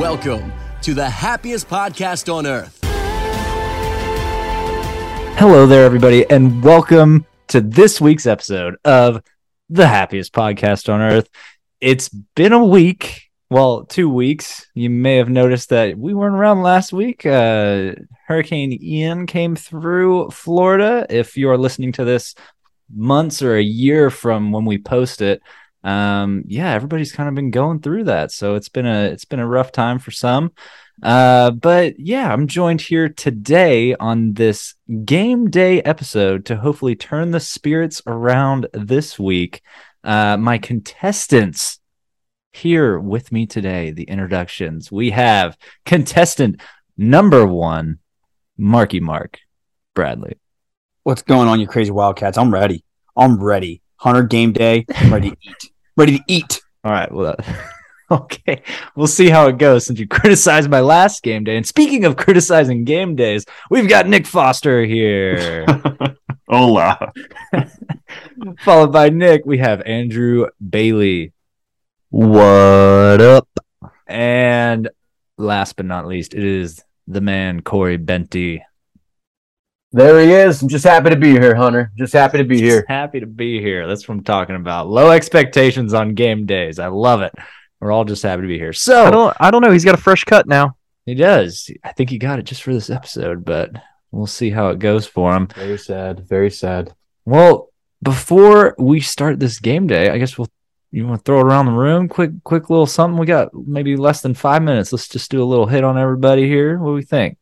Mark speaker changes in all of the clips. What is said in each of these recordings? Speaker 1: Welcome to the happiest podcast on earth.
Speaker 2: Hello there, everybody, and welcome to this week's episode of the happiest podcast on earth. It's been a week, well, two weeks. You may have noticed that we weren't around last week. Uh, Hurricane Ian came through Florida. If you are listening to this months or a year from when we post it, um, yeah, everybody's kind of been going through that. So it's been a it's been a rough time for some. Uh, but yeah, I'm joined here today on this game day episode to hopefully turn the spirits around this week. Uh, my contestants here with me today, the introductions we have contestant number one, Marky Mark Bradley.
Speaker 3: What's going on, you crazy Wildcats? I'm ready. I'm ready. Hunter game day. I'm ready to eat. Ready to eat.
Speaker 2: All right. Well, that- okay. We'll see how it goes since you criticized my last game day. And speaking of criticizing game days, we've got Nick Foster here.
Speaker 4: Hola.
Speaker 2: Followed by Nick, we have Andrew Bailey.
Speaker 3: What up?
Speaker 2: And last but not least, it is the man, Corey Benty.
Speaker 5: There he is. I'm just happy to be here, Hunter. Just happy to be here.
Speaker 2: Just happy to be here. That's what I'm talking about. Low expectations on game days. I love it. We're all just happy to be here. So
Speaker 6: I don't I don't know. He's got a fresh cut now.
Speaker 2: He does. I think he got it just for this episode, but we'll see how it goes for him.
Speaker 5: Very sad. Very sad.
Speaker 2: Well, before we start this game day, I guess we'll you want to throw it around the room, quick, quick little something. We got maybe less than five minutes. Let's just do a little hit on everybody here. What do we think?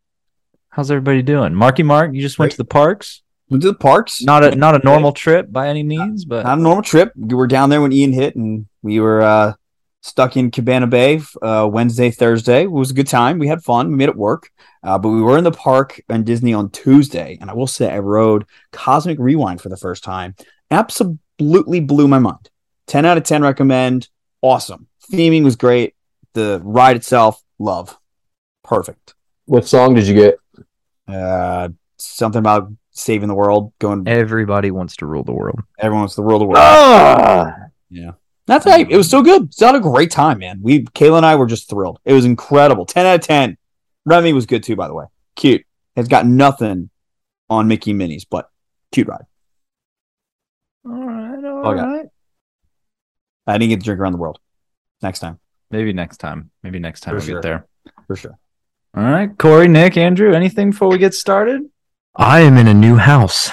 Speaker 2: How's everybody doing? Marky Mark, you just went to the parks.
Speaker 3: Went to the parks.
Speaker 2: Not a not a normal trip by any means, but
Speaker 3: Not a normal trip. We were down there when Ian hit, and we were uh, stuck in Cabana Bay uh, Wednesday, Thursday. It was a good time. We had fun. We made it work. Uh, but we were in the park and Disney on Tuesday, and I will say I rode Cosmic Rewind for the first time. Absolutely blew my mind. Ten out of ten recommend. Awesome. Theming was great. The ride itself, love, perfect.
Speaker 5: What song did you get?
Speaker 3: Uh, something about saving the world, going
Speaker 6: Everybody wants to rule the world.
Speaker 3: everyone wants the world away.
Speaker 5: Ah!
Speaker 3: That's right. It was still good. Still had a great time, man. We Kayla and I were just thrilled. It was incredible. Ten out of ten. Remy was good too, by the way. Cute. Has got nothing on Mickey Minis, but cute ride.
Speaker 2: all right,
Speaker 3: I
Speaker 2: all
Speaker 3: got.
Speaker 2: right.
Speaker 3: I didn't get to drink around the world. Next time,
Speaker 2: Maybe next time. Maybe next time
Speaker 3: For
Speaker 2: we
Speaker 3: sure.
Speaker 2: get there.
Speaker 3: for sure.
Speaker 2: All right, Corey, Nick, Andrew, anything before we get started?
Speaker 6: I am in a new house.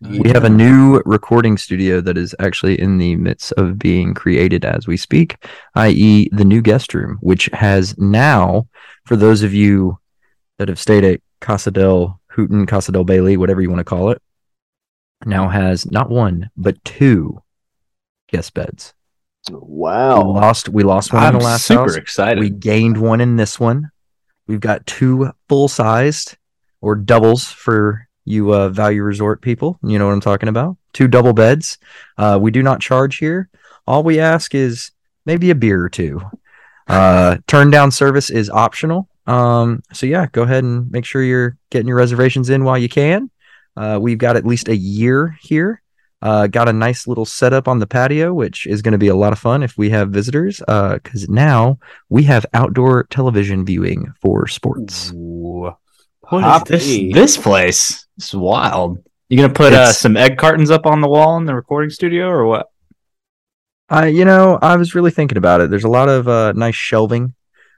Speaker 6: We have a new recording studio that is actually in the midst of being created as we speak, i.e., the new guest room, which has now, for those of you that have stayed at Casa del Hooten, Casa del Bailey, whatever you want to call it, now has not one but two guest beds. we
Speaker 5: Wow.
Speaker 6: lost we lost one in the last house.
Speaker 2: excited.
Speaker 6: We gained one in this one. We've got two full sized or doubles for you uh, value resort people. You know what I'm talking about? Two double beds. Uh, we do not charge here. All we ask is maybe a beer or two. Uh, turn down service is optional. Um, so yeah, go ahead and make sure you're getting your reservations in while you can. Uh, we've got at least a year here. Uh, got a nice little setup on the patio, which is going to be a lot of fun if we have visitors. Because now we have outdoor television viewing for sports.
Speaker 3: Ooh.
Speaker 2: What is
Speaker 3: Poppy.
Speaker 2: this? This place. This is wild. You gonna put uh,
Speaker 6: It's-
Speaker 2: some egg cartons up on the wall in the recording studio, or what?
Speaker 6: I, you know, I was really thinking about it. There's a lot of uh, nice shelving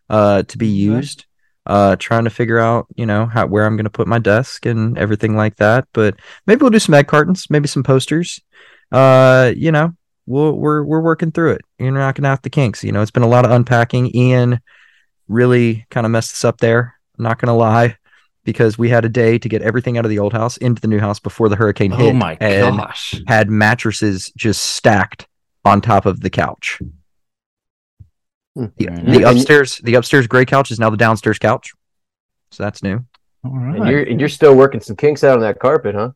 Speaker 6: uh, to be used. Uh, trying to figure out, you know, how where I'm going to put my desk and everything like that. But maybe we'll do some egg cartons, maybe some posters. Uh, you know, we'll, we're we're working through it. You're knocking out the kinks. You know, it's been a lot of unpacking. Ian really kind of messed us up there. Not going to lie, because we had a day to get everything out of the old house into the new house before the hurricane hit.
Speaker 2: Oh my
Speaker 6: and
Speaker 2: gosh!
Speaker 6: had mattresses just stacked on top of the couch.
Speaker 5: Hmm.
Speaker 6: The,
Speaker 3: Very
Speaker 6: the
Speaker 3: nice.
Speaker 6: upstairs, the upstairs gray couch is now the downstairs couch, so that's new.
Speaker 2: All
Speaker 5: And you're and you're still working some kinks out on that carpet, huh?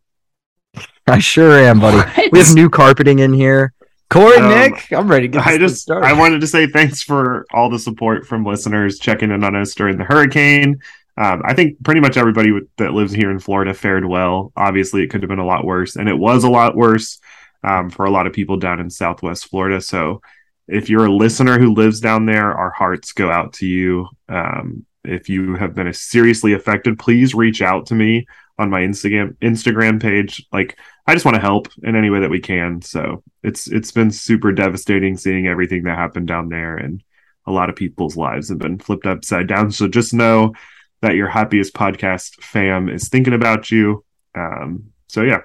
Speaker 6: I sure am, buddy. We have new carpeting in here.
Speaker 2: Corey,
Speaker 4: Um,
Speaker 2: Nick, I'm ready to get
Speaker 4: I
Speaker 2: this
Speaker 4: just
Speaker 2: started.
Speaker 4: I wanted to say thanks for all the support from listeners checking in on us during the hurricane. Um, I think pretty much everybody with, that lives here in Florida fared well. Obviously, it could have been a lot worse, and it was a lot worse um, for a lot of people down in Southwest Florida. So If you're a listener who lives down there, our hearts go out to you. Um, if you have been seriously affected, please reach out to me on my Instagram Instagram page. Like I just want to help in any way that we can. So it's it's been super devastating seeing everything that happened down there and a lot of people's lives have been flipped upside down. So just know that your happiest podcast fam is thinking about you. Um, so yeah,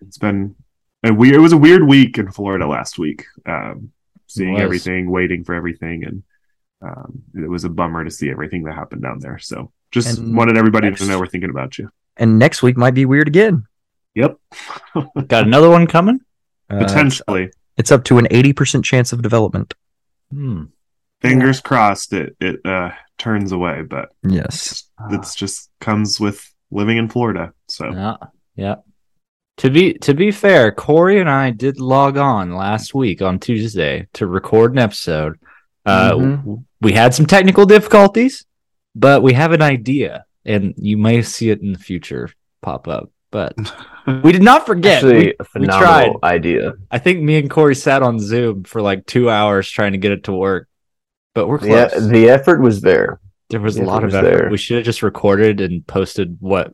Speaker 4: it's been a weird. It was a weird week in Florida last week. Um, seeing
Speaker 2: was.
Speaker 4: everything, waiting for everything, and um, it was a bummer to see everything that happened down there. So just
Speaker 6: And
Speaker 4: wanted everybody to
Speaker 6: next-
Speaker 4: know we're thinking about you.
Speaker 6: And next week might be weird again.
Speaker 4: Yep,
Speaker 2: Got another one coming?
Speaker 6: Uh,
Speaker 4: potentially.
Speaker 6: It's up to an 80% chance of development.
Speaker 2: Hmm.
Speaker 4: Fingers crossed it it uh, turns away, but
Speaker 6: Yes.
Speaker 4: that's just comes with living in Florida. So
Speaker 2: Yeah. Yeah. To be to be fair, Corey and I did log on last week on Tuesday to record an episode. Uh,
Speaker 7: Mm-hmm.
Speaker 6: Mhm.
Speaker 2: We had some technical difficulties, but we have an idea, and you may see it in the future pop up. But we did not forget.
Speaker 5: Actually,
Speaker 2: We-
Speaker 5: a
Speaker 2: we tried.
Speaker 5: phenomenal idea.
Speaker 2: I think me and Corey sat on Zoom for like two hours trying to get it to work, but we're
Speaker 5: Yeah,
Speaker 2: close.
Speaker 5: the effort was there.
Speaker 2: there was a
Speaker 5: if it
Speaker 2: lot of
Speaker 5: was
Speaker 2: effort.
Speaker 5: there.
Speaker 2: We should have just recorded and posted what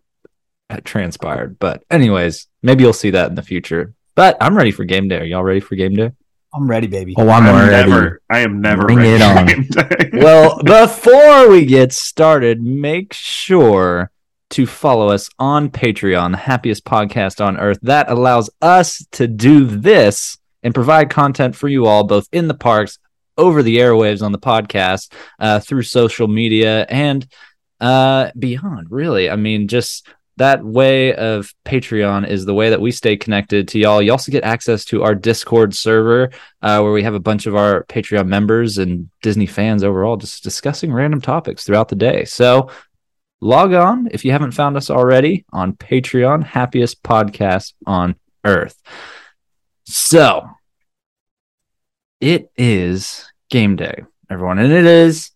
Speaker 2: had transpired. But anyways, maybe you'll see that in the future. But I'm ready for game day. Are y'all ready for game day?
Speaker 3: I'm ready, baby.
Speaker 6: Oh, I'm,
Speaker 4: I'm
Speaker 6: already.
Speaker 4: never. I am never.
Speaker 6: Bring
Speaker 4: ready
Speaker 6: it
Speaker 4: for
Speaker 6: on.
Speaker 4: game day.
Speaker 2: well, before we get started, make sure to follow us on Patreon, the happiest podcast on earth. That allows us to do this and provide content for you all, both in the parks, over the airwaves on the podcast, uh, through social media, and uh, beyond, really. I mean, just that way of Patreon is the way that we stay connected to y'all. You also get access to our Discord server uh, where we have a bunch of our Patreon members and Disney fans overall just discussing random topics throughout the day. So log on if you haven't found us already on Patreon, happiest podcast on earth. So it is game day, everyone, and it is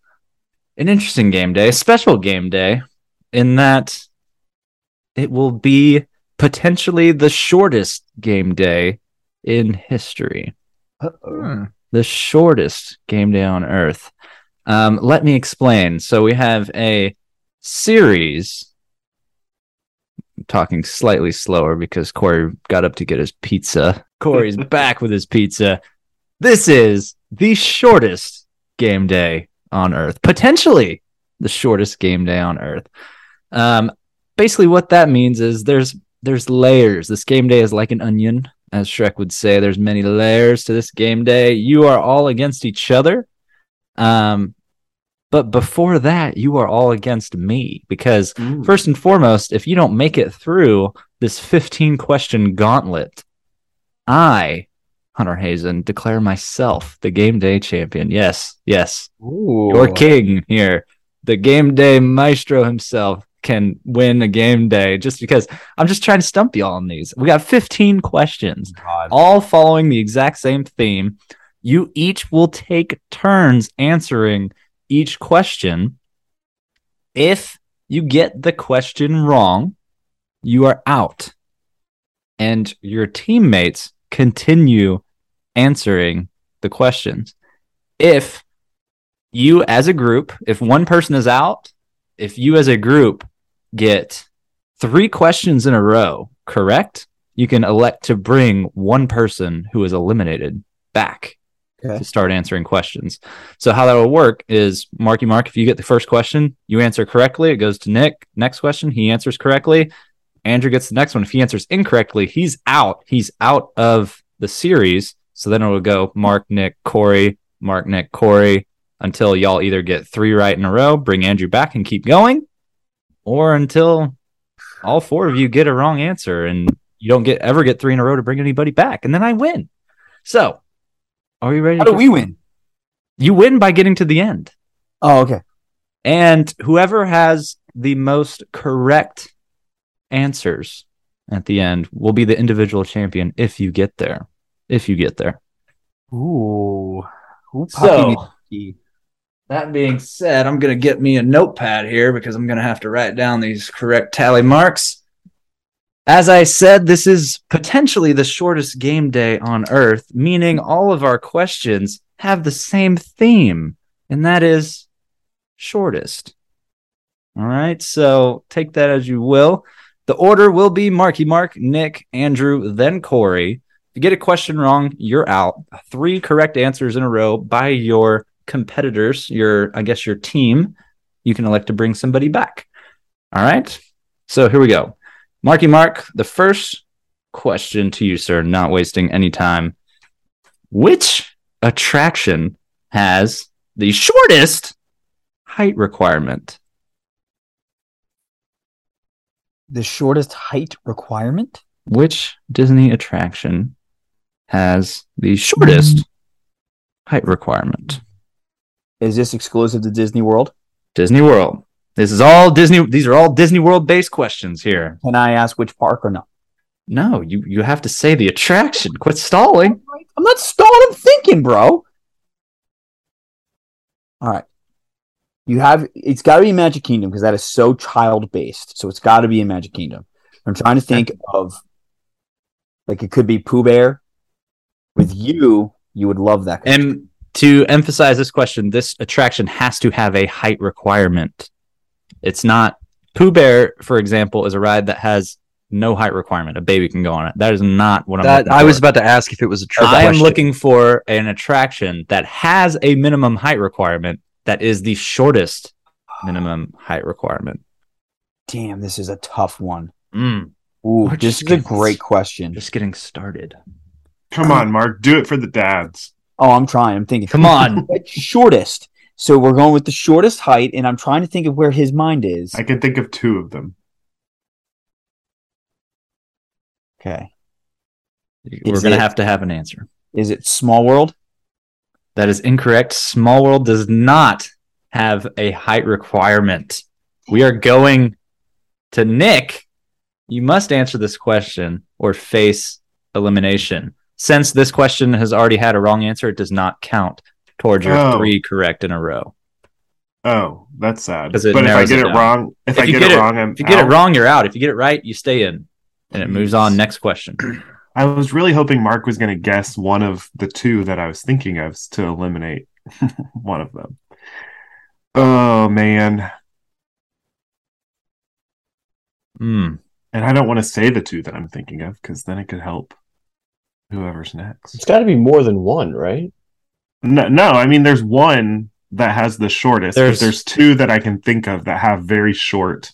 Speaker 2: an interesting game day, a special game day in that it will be potentially the shortest game day in history
Speaker 6: Hmm.
Speaker 2: the shortest game day on earth. Um, let me explain. So we have a series. I'm talking slightly slower because Corey got up to get his pizza. Corey's back with his pizza. This is the shortest game day on earth, potentially the shortest game day on earth. Um, basically, what that means is there's there's layers. This game day is like an onion as Shrek would say, there's many layers to this game day. You are all against each other. Um, but before that, you are all against me because first and foremost, if you don't make it through this 15 question gauntlet, I, Hunter Hazen, declare myself the game day champion. Yes, yes,
Speaker 3: Ooh.
Speaker 2: your king here, the game day maestro himself can win a game day just because I'm just trying to stump y'all on these. We got 15 questions all following the exact same theme. You each will take turns answering each question. If you get the question wrong, you are out, and your teammates continue answering the questions. If you, as a group, if one person is out, if you, as a group, get three questions in a row correct, you can elect to bring one person who is eliminated back
Speaker 3: Okay.
Speaker 2: to start answering questions. So how that will work is Marky Mark, if you get the first question, you answer correctly, it goes to Nick. Next question, he answers correctly. Andrew gets the next one. If he answers incorrectly, he's out. He's out of the series. So then it will go Mark, Nick, Corey, Mark, Nick, Corey until y'all either get three right in a row, bring Andrew back and keep going, or until all four of you get a wrong answer and you don't get ever get three in a row to bring anybody back, and then I win. So, are you ready?
Speaker 3: How
Speaker 2: to
Speaker 3: do we win?
Speaker 2: You win by getting to the end,
Speaker 3: Oh, okay.
Speaker 2: and whoever has the most correct answers at the end will be the individual champion if you get there. If you get there.
Speaker 3: Ooh. Ooh
Speaker 2: So-
Speaker 3: poppy.
Speaker 2: That being said, I'm going to get me a notepad here because I'm going to have to write down these correct tally marks. As I said, this is potentially the shortest game day on earth, meaning all of our questions have the same theme, and that is shortest. All right, so take that as you will. The order will be Marky Mark, Nick, Andrew, then Corey. If you get a question wrong, you're out. Three correct answers in a row by your competitors, your, I guess, your team. You can elect to bring somebody back. All right, so here we go. Marky Mark, the first question to you, sir, not wasting any time. Which attraction has the shortest height requirement?
Speaker 3: The shortest height requirement?
Speaker 2: Which Disney attraction has the shortest height requirement?
Speaker 3: Is this exclusive to Disney World?
Speaker 2: Disney World. This is all Disney. These are all Disney World based questions here.
Speaker 3: Can I ask which park or no?
Speaker 2: No, you you have to say the attraction. Quit stalling.
Speaker 3: I'm not stalling. I'm thinking, bro. All right. You have it's got to be Magic Kingdom because that is so child based. So it's got to be in Magic Kingdom. I'm trying to think of like it could be Pooh Bear. With you, you would love that.
Speaker 2: And to emphasize this question, this attraction has to have a height requirement. It's not Pooh Bear, for example, is a ride that has no height requirement. A baby can go on it. That is not what I'm.
Speaker 6: That,
Speaker 2: looking
Speaker 6: I
Speaker 2: for.
Speaker 6: was about to ask if it was a trick
Speaker 2: I'm
Speaker 6: question.
Speaker 2: looking for an attraction that has a minimum height requirement that is the shortest minimum height requirement.
Speaker 3: Damn, this is a tough one.
Speaker 2: Mm,
Speaker 3: Ooh,
Speaker 2: March
Speaker 3: this is a
Speaker 2: Kingdom.
Speaker 3: great question.
Speaker 2: just getting started.
Speaker 4: Come on, Mark, do it for the dads.
Speaker 3: Oh, I'm trying. I'm thinking.
Speaker 2: Come on.
Speaker 3: But shortest. So we're going with the shortest height, and I'm trying to think of where his mind is.
Speaker 4: I can think of two of them.
Speaker 3: Okay.
Speaker 2: We're
Speaker 3: Is
Speaker 2: going to
Speaker 3: it-
Speaker 2: have to have an answer.
Speaker 3: Is it Small World?
Speaker 2: That is incorrect. Small World does not have a height requirement. We are going to Nick. You must answer this question or face elimination. Since this question has already had a wrong answer, it does not count towards your
Speaker 4: Oh.
Speaker 2: three correct in a row.
Speaker 4: Oh, that's sad.
Speaker 2: 'Cause it
Speaker 4: But if I
Speaker 2: narrows
Speaker 4: get
Speaker 2: it
Speaker 4: it,
Speaker 2: down.
Speaker 4: wrong, if,
Speaker 2: If
Speaker 4: I
Speaker 2: you
Speaker 4: get,
Speaker 2: get
Speaker 4: it
Speaker 2: it-
Speaker 4: wrong, I'm
Speaker 2: If you get
Speaker 4: out.
Speaker 2: it wrong, you're out. If you get it right, you stay in. And it moves on. Next question.
Speaker 4: I was really hoping Mark was going to guess one of the two that I was thinking of to eliminate one of them. Oh man,
Speaker 2: Hmm.
Speaker 4: and I don't want to say the two that I'm thinking of because then it could help whoever's
Speaker 5: It's
Speaker 4: next.
Speaker 5: got to be more than one, right?
Speaker 4: No, no, I mean there's one that has the shortest. There's
Speaker 2: There's-
Speaker 4: there's two that I can think of that have very short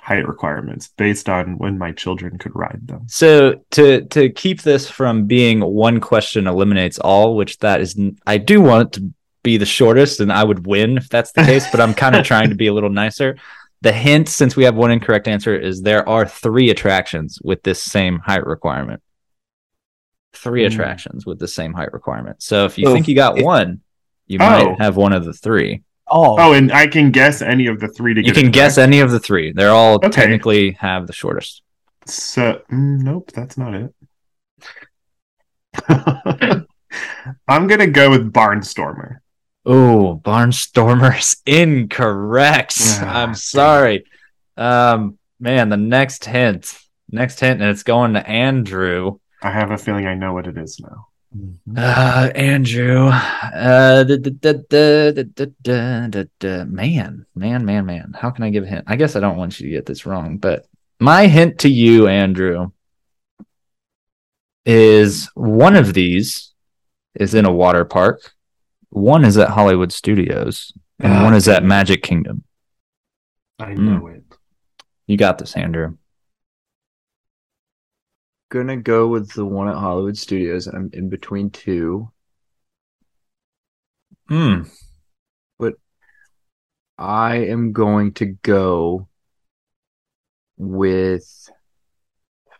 Speaker 4: height requirements based on when my children could ride them.
Speaker 2: So to to keep this from being one question eliminates all, which that is, n- I do want it to be the shortest, and I would win if that's the case. But I'm kind of trying to be a little nicer. The hint, since we have one incorrect answer, is there are three attractions with this same height requirement. Three
Speaker 4: Hmm.
Speaker 2: attractions with the same height requirement. So if you
Speaker 3: Oh,
Speaker 2: think you got
Speaker 3: if-
Speaker 2: one, you
Speaker 4: Oh.
Speaker 2: might have one of the three.
Speaker 3: Oh,
Speaker 4: Oh, and I can guess any of the three to
Speaker 2: You
Speaker 4: get
Speaker 2: can
Speaker 4: it
Speaker 2: guess
Speaker 4: correct.
Speaker 2: any of the three. They're all
Speaker 4: Okay.
Speaker 2: technically have the shortest.
Speaker 4: So mm, nope, that's not it. I'm gonna go with Barnstormer.
Speaker 2: Oh, Barnstormers incorrect.
Speaker 4: Ah,
Speaker 2: I'm sorry. Um, man, the next hint, next hint, and it's going to Andrew.
Speaker 4: I have a feeling I know what it is now.
Speaker 2: Uh, Andrew. Uh, da- da- da- da- da- da- da- da- da. man, man, man, man. How can I give a hint? I guess I don't want you to get this wrong, but my hint to you, Andrew, is one of these is in a water park, one is at Hollywood Studios, and
Speaker 4: Ah,
Speaker 2: one is at
Speaker 4: damn it.
Speaker 2: Magic Kingdom.
Speaker 4: I
Speaker 2: Mm.
Speaker 4: know it.
Speaker 2: You got this, Andrew.
Speaker 7: gonna go with the one at Hollywood Studios. I'm in between two.
Speaker 2: Hmm.
Speaker 7: I am going to go with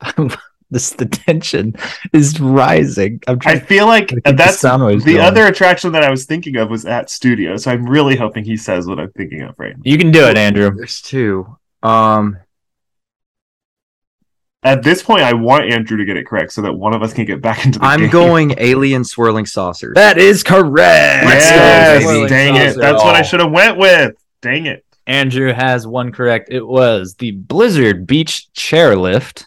Speaker 2: This the tension is rising. I'm
Speaker 4: I
Speaker 2: trying to
Speaker 4: feel like
Speaker 2: keep the
Speaker 4: that's the,
Speaker 2: sound waves going.
Speaker 4: other attraction that I was thinking of was at studio. So I'm really hoping he says what I'm thinking of right now.
Speaker 2: You can do it, Andrew.
Speaker 7: there's two. Um
Speaker 4: At this point, I want Andrew to get it correct so that one of us can get back into the
Speaker 6: I'm
Speaker 4: game.
Speaker 6: going alien swirling saucers.
Speaker 2: That is correct.
Speaker 6: Let's go,
Speaker 4: Yes,
Speaker 6: baby.
Speaker 4: dang it! That's what I should have went with. Dang it!
Speaker 2: Andrew has one correct. It was the Blizzard Beach Chairlift,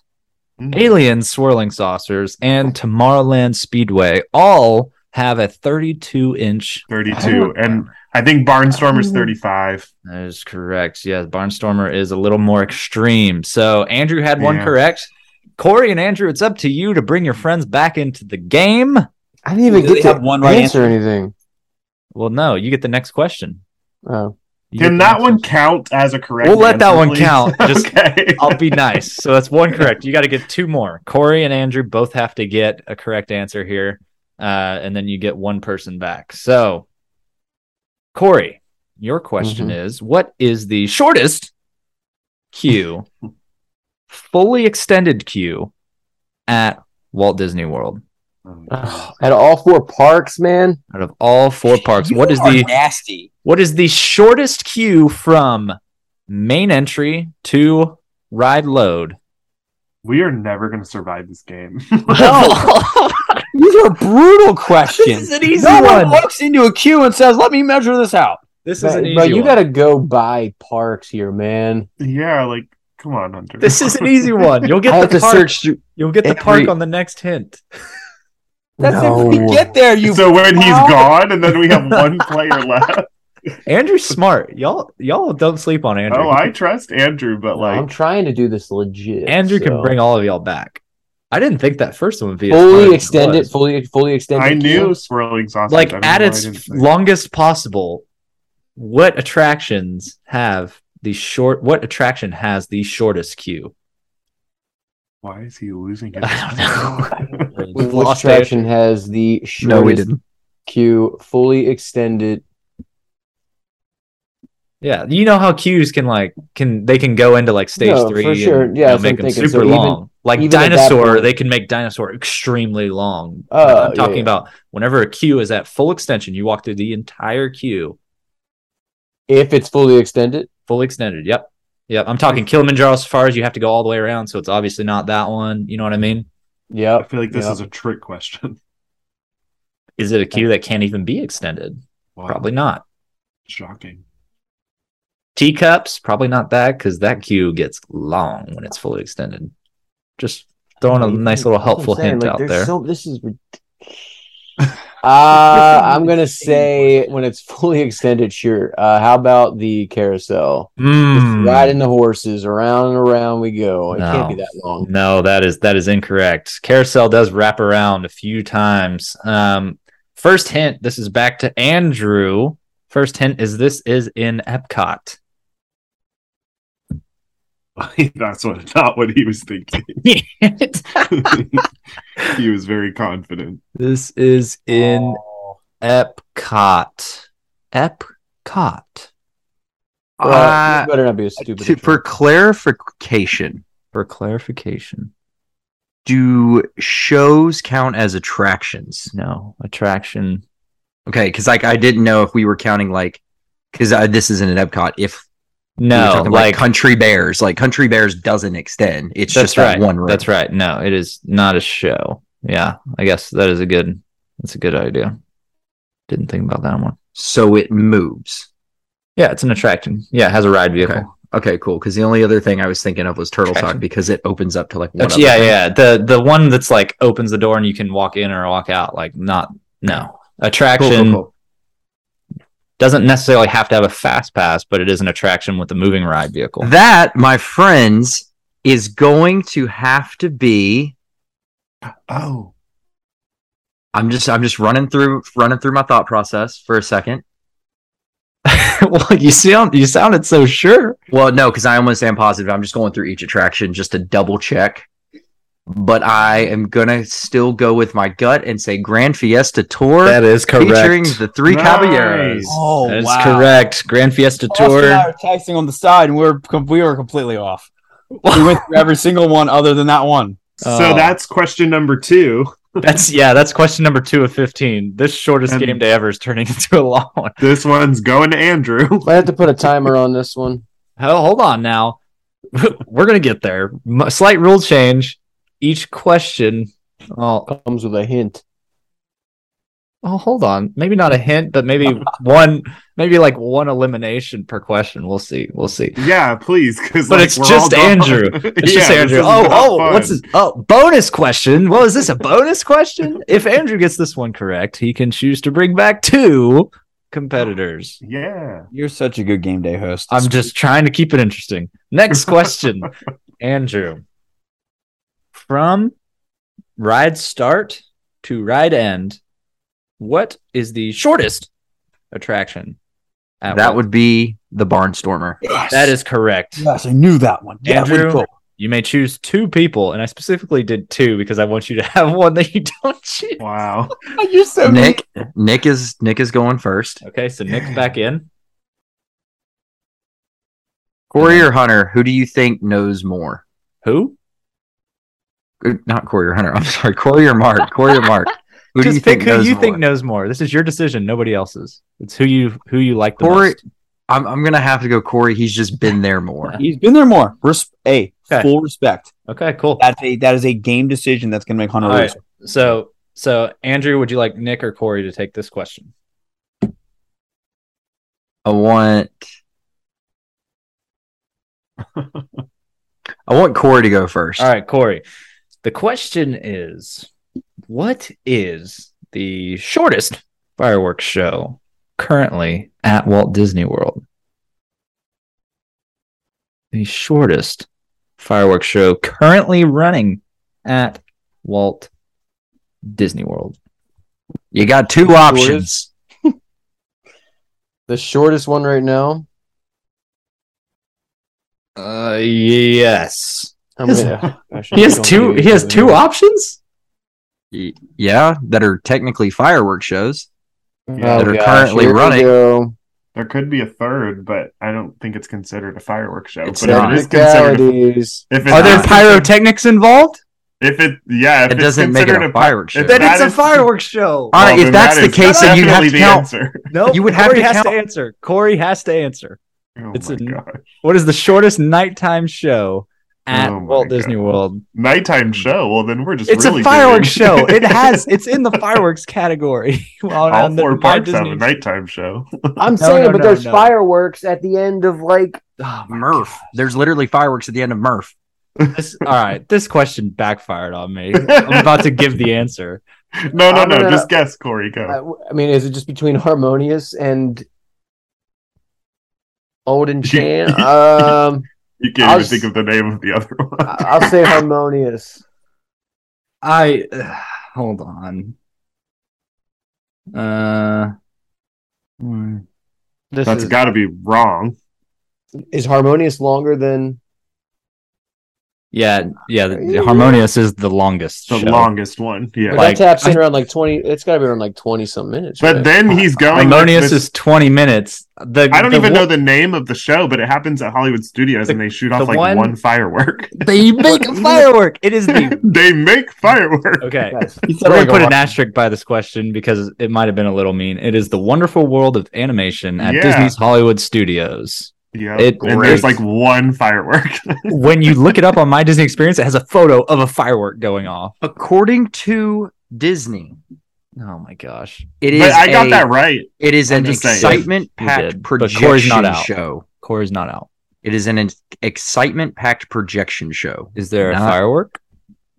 Speaker 4: Mm.
Speaker 2: Alien Swirling Saucers, and Tomorrowland Speedway all have a 32 inch.
Speaker 4: 32.
Speaker 2: oh.
Speaker 4: And I think Barnstormer's
Speaker 2: Mm-hmm.
Speaker 4: 35.
Speaker 2: That is correct. Yeah, Barnstormer is a little more extreme. So Andrew had one
Speaker 4: Yeah.
Speaker 2: correct. Corey and Andrew, it's up to you to bring your friends back into the game.
Speaker 7: I didn't even
Speaker 3: Do they
Speaker 7: get to
Speaker 3: have one right
Speaker 7: answer, anything.
Speaker 2: Well, no, you get the next question.
Speaker 7: Oh,
Speaker 2: You get
Speaker 4: Can
Speaker 2: the
Speaker 4: that
Speaker 2: next
Speaker 4: one
Speaker 2: question.
Speaker 4: count as a correct?
Speaker 2: We'll let that
Speaker 4: answer,
Speaker 2: one
Speaker 4: please?
Speaker 2: count. Just-
Speaker 4: okay.
Speaker 2: I'll be nice. So that's one correct. You got to get two more. Corey and Andrew both have to get a correct answer here, uh, and then you get one person back. So, Corey, your question is: What is the shortest queue, fully extended queue, at Walt Disney World?
Speaker 7: Ugh, at all four parks, man.
Speaker 2: Out of all four parks,
Speaker 3: You
Speaker 2: what is
Speaker 3: are
Speaker 2: the
Speaker 3: nasty?
Speaker 2: what is the shortest queue from main entry to ride load?
Speaker 4: We are never going to survive this game.
Speaker 3: These are brutal questions.
Speaker 2: an easy
Speaker 3: no one walks into a queue and says, "Let me measure this out."
Speaker 2: This is
Speaker 7: But,
Speaker 2: an easy
Speaker 7: you
Speaker 2: one.
Speaker 7: gotta go by parks here, man.
Speaker 4: yeah, like, come on, Hunter.
Speaker 2: This is an easy one. You'll
Speaker 7: I
Speaker 2: get
Speaker 7: have
Speaker 2: the
Speaker 7: to
Speaker 2: park.
Speaker 7: search through.
Speaker 2: You'll get the
Speaker 7: every-
Speaker 2: park on the next hint.
Speaker 3: That's
Speaker 7: no.
Speaker 3: if we get there. You
Speaker 4: so when he's
Speaker 3: Wow.
Speaker 4: gone, and then we have one player left.
Speaker 2: Andrew's smart. Y'all, y'all don't sleep on Andrew.
Speaker 4: Oh, I trust Andrew, but
Speaker 7: I'm
Speaker 4: like,
Speaker 7: trying to do this legit.
Speaker 2: Andrew can
Speaker 7: so.
Speaker 2: bring all of y'all back. I didn't think that first one would be as hard as
Speaker 7: fully
Speaker 2: it
Speaker 7: extended,
Speaker 2: was.
Speaker 7: fully fully extended.
Speaker 4: I knew
Speaker 7: queue.
Speaker 4: swirling sausage.
Speaker 2: like
Speaker 4: I don't
Speaker 2: at
Speaker 4: know why I
Speaker 2: its
Speaker 4: didn't think.
Speaker 2: longest possible. What attractions have the short? What attraction has the shortest queue?
Speaker 4: Why is he losing? His
Speaker 2: I
Speaker 4: don't know.
Speaker 2: We've
Speaker 7: Which
Speaker 2: lost
Speaker 7: attraction has the
Speaker 6: No, we
Speaker 7: shortest
Speaker 6: didn't.
Speaker 7: queue? Fully extended.
Speaker 2: Yeah, you know how queues can like can they can go into like stage
Speaker 7: No, for
Speaker 2: three
Speaker 7: sure.
Speaker 2: and you
Speaker 7: Yeah,
Speaker 2: know,
Speaker 7: that's what
Speaker 2: make
Speaker 7: I'm
Speaker 2: them
Speaker 7: thinking.
Speaker 2: super
Speaker 7: So even-
Speaker 2: long. like
Speaker 7: even at that
Speaker 2: dinosaur,
Speaker 7: point-
Speaker 2: they can make dinosaur extremely long.
Speaker 7: Oh,
Speaker 2: But I'm
Speaker 7: yeah,
Speaker 2: talking
Speaker 7: yeah.
Speaker 2: about whenever a queue is at full extension, you walk through the entire queue,
Speaker 7: If it's fully extended,
Speaker 2: full extended. Yep, yep. I'm
Speaker 7: Mm.
Speaker 2: talking Kilimanjaro safaris. You have to go all the way around, so it's obviously not that one. You know what I mean?
Speaker 4: I
Speaker 7: yep.
Speaker 4: feel like this
Speaker 7: yep.
Speaker 4: is a trick question.
Speaker 2: Is it a queue that can't even be extended?
Speaker 4: Wow,
Speaker 2: Probably not.
Speaker 4: shocking.
Speaker 2: Teacups, probably not that because that queue gets long when it's fully extended. Just throwing a
Speaker 7: Even-
Speaker 2: nice little
Speaker 7: that's what I'm
Speaker 2: helpful
Speaker 7: saying,
Speaker 2: hint
Speaker 7: like,
Speaker 2: out
Speaker 7: there's
Speaker 2: there.
Speaker 7: So, this is. rid- Uh, I'm gonna say when it's fully extended, sure. Uh, how about the carousel? Just
Speaker 2: Mm.
Speaker 7: Riding the horses around and around we go. It can't be
Speaker 2: No.
Speaker 7: that long.
Speaker 2: No, that is that is incorrect. Carousel does wrap around a few times. Um, first hint. This is back to Andrew. First hint is this is in Epcot.
Speaker 4: That's what not what he was thinking. he was very confident.
Speaker 2: this is in Epcot. Epcot.
Speaker 7: Bro,
Speaker 6: Uh,
Speaker 7: you better not be a stupid.
Speaker 6: to, for
Speaker 7: attraction.
Speaker 6: clarification,
Speaker 2: For clarification,
Speaker 6: do shows count as attractions?
Speaker 2: no attraction.
Speaker 6: Okay, because like I didn't know if we were counting like because this isn't an Epcot. If we were
Speaker 2: No,
Speaker 6: talking,
Speaker 2: like
Speaker 6: Country Bears, like Country Bears doesn't extend. It's just
Speaker 2: right.
Speaker 6: that one room.
Speaker 2: That's right. No, it is not a show. Yeah, I guess that is a good. That's a good idea. Didn't think about that one.
Speaker 6: So it moves.
Speaker 2: Yeah, it's an attraction. Yeah, it has a ride vehicle.
Speaker 6: Okay. Okay, cool. Because the only other thing I was thinking of was Turtle Talk
Speaker 2: Attraction.
Speaker 6: because it opens up to like one.
Speaker 2: That's-
Speaker 6: other
Speaker 2: yeah,
Speaker 6: thing.
Speaker 2: yeah. The the one that's like opens the door and you can walk in or walk out. Like not no
Speaker 6: Cool,
Speaker 2: attraction
Speaker 6: cool, cool.
Speaker 2: doesn't necessarily have to have a fast pass, but it is an attraction with a moving ride vehicle.
Speaker 6: That, my friends, is going to have to be.
Speaker 4: Oh,
Speaker 6: I'm just, I'm just running through, running through my thought process for a second.
Speaker 2: well, you sound you sounded so sure.
Speaker 6: Well, no, because I almost am positive. I'm just going through each attraction just to double check. But I am gonna still go with my gut and say Grand Fiesta Tour
Speaker 2: is
Speaker 6: featuring the three
Speaker 4: Nice.
Speaker 6: caballeros.
Speaker 3: Oh,
Speaker 2: that is
Speaker 3: wow.
Speaker 2: correct. Grand Fiesta
Speaker 3: Austin and I
Speaker 2: Tour.
Speaker 3: were texting on the side, and we were com- we were completely off. we went through every single one other than that one.
Speaker 2: Oh.
Speaker 4: so that's question number two.
Speaker 2: That's yeah. That's question number two of fifteen. This shortest
Speaker 4: And-
Speaker 2: game day ever is turning into a long one.
Speaker 4: This one's going to Andrew.
Speaker 7: Might have to put a timer on this one.
Speaker 2: Hell, hold on now. We're gonna get there. M- Slight rule change. Each question. Oh,
Speaker 7: Comes with a hint.
Speaker 2: Oh, hold on. Maybe not a hint, but maybe one, maybe like one elimination per question. We'll see. We'll see.
Speaker 4: Yeah, please, because
Speaker 2: But it's just Andrew. It's just Andrew. Oh, oh, what's his? Oh, bonus question. Well, is this a bonus question? if Andrew gets this one correct, he can choose to bring back two competitors.
Speaker 4: Yeah.
Speaker 3: You're such a good game day host.
Speaker 2: I'm just trying to keep it interesting. Next question, Andrew. From ride start to ride end, what is the shortest attraction? at
Speaker 6: That
Speaker 2: Walt-
Speaker 6: would be the Barnstormer.
Speaker 3: Yes.
Speaker 2: that is correct.
Speaker 3: Yes, I knew that one. Yeah, way to
Speaker 2: Andrew,
Speaker 3: go.
Speaker 2: you may choose two people, and I specifically did two because I want you to have one that you don't choose.
Speaker 4: Wow.
Speaker 3: You're so
Speaker 6: Nick, Nick is Nick is going first.
Speaker 2: Okay, so Nick's back in.
Speaker 6: Corey or Hunter, who do you think knows more?
Speaker 2: Who?
Speaker 6: Uh, Not Corey or Hunter. I'm sorry, Corey or Mark. Corey or Mark. Who
Speaker 2: Just
Speaker 6: do you
Speaker 2: pick
Speaker 6: think
Speaker 2: who
Speaker 6: knows
Speaker 2: you
Speaker 6: more?
Speaker 2: think knows more. This is your decision, nobody else's. It's who you who you like the
Speaker 6: Corey-
Speaker 2: most.
Speaker 6: I'm I'm gonna have to go Corey. He's just been there more.
Speaker 3: He's been there more. Res- hey,
Speaker 2: Okay.
Speaker 3: full respect.
Speaker 2: Okay, cool.
Speaker 3: That's a that is a game decision that's going to make Hunter
Speaker 2: All right.
Speaker 3: lose.
Speaker 2: So, so Andrew, would you like Nick or Corey to take this question?
Speaker 6: I want. I want Corey to go first.
Speaker 2: All right, Corey. The question is, what is the shortest fireworks show currently at Walt Disney World? The shortest fireworks show currently running at Walt Disney World.
Speaker 6: You got two options.
Speaker 7: The shortest one right now.
Speaker 2: Uh, yes.
Speaker 7: How
Speaker 2: He has- He has two. He has two options.
Speaker 6: Y- Yeah, that are technically fireworks shows.
Speaker 7: Oh,
Speaker 4: Yeah,
Speaker 6: that are currently running.
Speaker 4: There could be a third, but I don't think it's considered a fireworks show.
Speaker 6: It's
Speaker 4: but if it is considered,
Speaker 7: Technicalities.
Speaker 4: if it's
Speaker 2: Are there
Speaker 4: not-
Speaker 2: pyrotechnics involved?
Speaker 4: If it, yeah,
Speaker 6: It
Speaker 4: if it's
Speaker 6: doesn't make it
Speaker 4: considered
Speaker 6: a
Speaker 4: pi-
Speaker 6: fireworks show.
Speaker 4: if
Speaker 2: Then
Speaker 4: that
Speaker 2: it's a
Speaker 4: is-
Speaker 2: fireworks show.
Speaker 6: All right,
Speaker 4: Well,
Speaker 6: if that's
Speaker 4: that
Speaker 6: the
Speaker 4: is
Speaker 6: case, then you'd have
Speaker 4: definitely
Speaker 6: to
Speaker 4: the
Speaker 6: count-
Speaker 4: answer.
Speaker 2: No,
Speaker 6: You would have
Speaker 2: Corey
Speaker 6: to
Speaker 2: has
Speaker 6: count-
Speaker 2: to answer. Corey has to answer.
Speaker 4: Oh
Speaker 2: It's
Speaker 4: my
Speaker 2: a-
Speaker 4: god.
Speaker 2: What is the shortest nighttime show at
Speaker 4: Oh my
Speaker 2: Walt Disney World?
Speaker 4: Nighttime show. Well, then we're just
Speaker 2: It's
Speaker 4: really
Speaker 2: a fireworks
Speaker 4: doing-
Speaker 2: show. It has. It's in the fireworks category. on,
Speaker 4: All
Speaker 2: on the-
Speaker 4: four
Speaker 2: by
Speaker 4: parts have
Speaker 2: Disney.
Speaker 4: a nighttime show.
Speaker 7: I'm
Speaker 2: No,
Speaker 7: saying,
Speaker 2: no,
Speaker 7: but
Speaker 2: no,
Speaker 7: there's
Speaker 2: no.
Speaker 7: fireworks at the end of like. Oh, my
Speaker 6: Murph. There's literally fireworks at the end of Murph.
Speaker 2: This- all right, this question backfired on me. I'm about to give the answer.
Speaker 4: No, no,
Speaker 7: I'm
Speaker 4: no.
Speaker 7: gonna-
Speaker 4: Just guess, Corey.
Speaker 7: I
Speaker 4: Go.
Speaker 7: w- uh, I mean, is it just between Harmonious and Old and Chan? um,
Speaker 4: You can't
Speaker 7: I'll
Speaker 4: even
Speaker 7: s-
Speaker 4: think of the name of the other one.
Speaker 7: I- I'll say Harmonious.
Speaker 2: I hold on. Uh, this
Speaker 4: That's
Speaker 2: is,
Speaker 4: got to be wrong.
Speaker 7: Is Harmonious longer than?
Speaker 2: yeah, yeah. The, the Harmonious is the longest.
Speaker 4: The
Speaker 2: show.
Speaker 4: longest one. Yeah.
Speaker 7: But
Speaker 2: Like,
Speaker 7: that tap's in
Speaker 2: I-
Speaker 7: around like twenty. It's got to be around like twenty some minutes.
Speaker 4: But
Speaker 7: right?
Speaker 4: then he's going. with
Speaker 2: Harmonious
Speaker 4: this-
Speaker 2: is 20 minutes. The,
Speaker 4: I don't
Speaker 2: the
Speaker 4: even
Speaker 2: wo-
Speaker 4: know the name of the show, but it happens at Hollywood Studios,
Speaker 2: The-
Speaker 4: and they shoot off
Speaker 2: the
Speaker 4: like
Speaker 2: one-
Speaker 4: one, firework.
Speaker 2: They make a firework. It is the
Speaker 4: they make fireworks.
Speaker 2: okay.
Speaker 7: Guys,
Speaker 2: We're gonna put an asterisk by this question because it might have been a little mean. It is the Wonderful World of Animation at
Speaker 4: Yeah.
Speaker 2: Disney's Hollywood Studios.
Speaker 4: Yeah,
Speaker 2: It-
Speaker 4: and there's
Speaker 2: Great.
Speaker 4: like one firework.
Speaker 2: When you look it up on My Disney Experience, it has a photo of a firework going off.
Speaker 6: According to Disney,
Speaker 2: Oh my gosh,
Speaker 6: it is.
Speaker 4: but I got
Speaker 6: a-
Speaker 4: that right.
Speaker 6: It is
Speaker 4: I'm
Speaker 6: an
Speaker 4: just saying.
Speaker 2: You
Speaker 6: excitement-packed
Speaker 2: did, but Corey's not
Speaker 6: projection
Speaker 2: out.
Speaker 6: show.
Speaker 2: Corey's not out.
Speaker 6: It is an ex- excitement-packed projection show.
Speaker 2: Is there a
Speaker 6: Not-
Speaker 2: firework?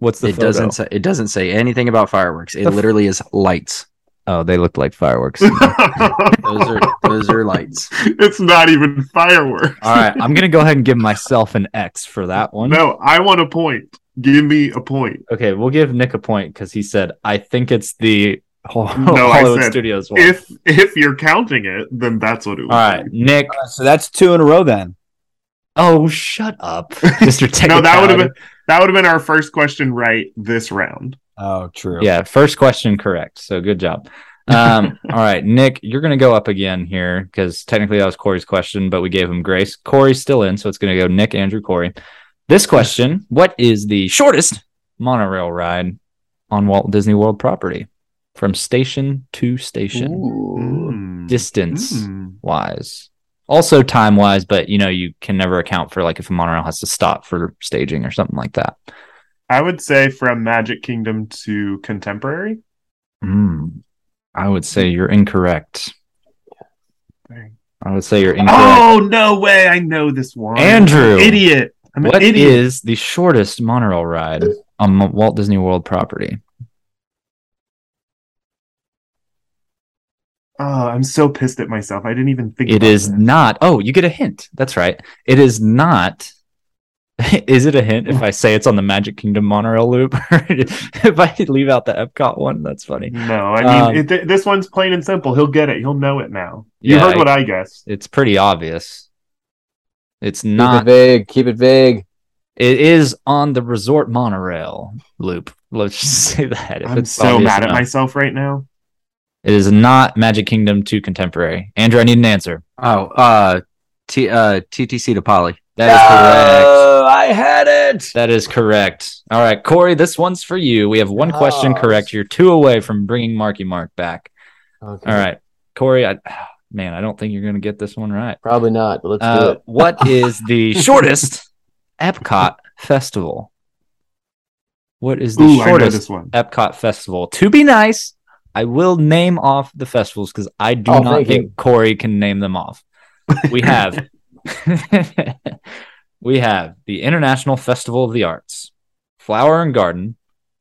Speaker 2: What's the
Speaker 6: it
Speaker 2: photo?
Speaker 6: doesn't say. It doesn't say anything about fireworks. It
Speaker 2: The f-
Speaker 6: literally is lights.
Speaker 2: Oh, they look like fireworks.
Speaker 6: Those are those are lights.
Speaker 4: it's not even fireworks.
Speaker 2: All right, I'm gonna go ahead and give myself an X for that one.
Speaker 4: No, I want a point. Give me a point.
Speaker 2: Okay, we'll give Nick a point because he said I think it's the Hol-
Speaker 4: No, I
Speaker 2: Hollywood
Speaker 4: said
Speaker 2: Studios one.
Speaker 4: If if you're counting it, then that's what it was.
Speaker 2: All right, Nick.
Speaker 3: Uh, so that's two in a row then.
Speaker 2: Oh, shut up, Mister
Speaker 4: No,
Speaker 2: Technical.
Speaker 4: that would have been that would have been our first question right this round.
Speaker 3: Oh, true.
Speaker 2: Yeah, first question correct. So good job. Um, all right, Nick, you're gonna go up again here because technically that was Corey's question, but we gave him grace. Corey's still in, so it's gonna go Nick, Andrew, Corey. This question: What is the shortest monorail ride on Walt Disney World property from station to station, Hmm.
Speaker 4: Mm.
Speaker 2: distance?
Speaker 4: Mm.
Speaker 2: wise. Also time wise, but you know, you can never account for like if a monorail has to stop for staging or something like that.
Speaker 4: I would say from Magic Kingdom to Contemporary.
Speaker 2: Mm. I would say you're incorrect. I would say you're incorrect.
Speaker 4: Oh no way! I know this one.
Speaker 2: Andrew!
Speaker 4: idiot. I'm
Speaker 2: What
Speaker 4: an
Speaker 2: is
Speaker 4: idiot.
Speaker 2: the shortest monorail ride on Mo- Walt Disney World property?
Speaker 4: oh, I'm so pissed at myself. I didn't even think
Speaker 2: It
Speaker 4: about
Speaker 2: is
Speaker 4: that.
Speaker 2: not. Oh, you get a hint. That's right. It is not. Is it a hint if I say it's on the Magic Kingdom monorail loop? if I leave out the Epcot one, that's funny.
Speaker 4: No, I mean
Speaker 2: Um,
Speaker 4: it, th- this one's plain and simple. He'll get it. He'll know it now. You
Speaker 2: Yeah,
Speaker 4: heard
Speaker 2: I-
Speaker 4: what I guessed.
Speaker 2: It's pretty obvious. It's
Speaker 5: Keep it
Speaker 2: not.
Speaker 5: vague. Keep it vague.
Speaker 2: It is on the resort monorail loop. Let's just say that. If
Speaker 4: I'm
Speaker 2: it's
Speaker 4: so
Speaker 2: obvious
Speaker 4: mad at
Speaker 2: enough.
Speaker 4: myself right now.
Speaker 2: It is not Magic Kingdom 2 Contemporary. Andrew, I need an answer.
Speaker 6: Oh, uh, T, uh, TTC to Polly.
Speaker 2: That is correct.
Speaker 5: Oh, I had it.
Speaker 2: That is correct. All right, Corey, this one's for you. We have one question
Speaker 4: Oh.
Speaker 5: Yes.
Speaker 2: correct. You're two away from bringing Marky Mark back.
Speaker 5: Okay.
Speaker 2: All right, Corey, I, man, I don't think you're going to get this one right.
Speaker 5: Probably not, but let's do
Speaker 2: Uh,
Speaker 5: it.
Speaker 2: what is the shortest Epcot festival? What is the
Speaker 4: Ooh, I know this
Speaker 2: shortest
Speaker 4: one.
Speaker 2: Epcot festival? To be nice, I will name off the festivals because I do
Speaker 5: Oh,
Speaker 2: not
Speaker 5: thank you.
Speaker 2: think Corey can name them off. We have, we have the International Festival of the Arts, Flower and Garden,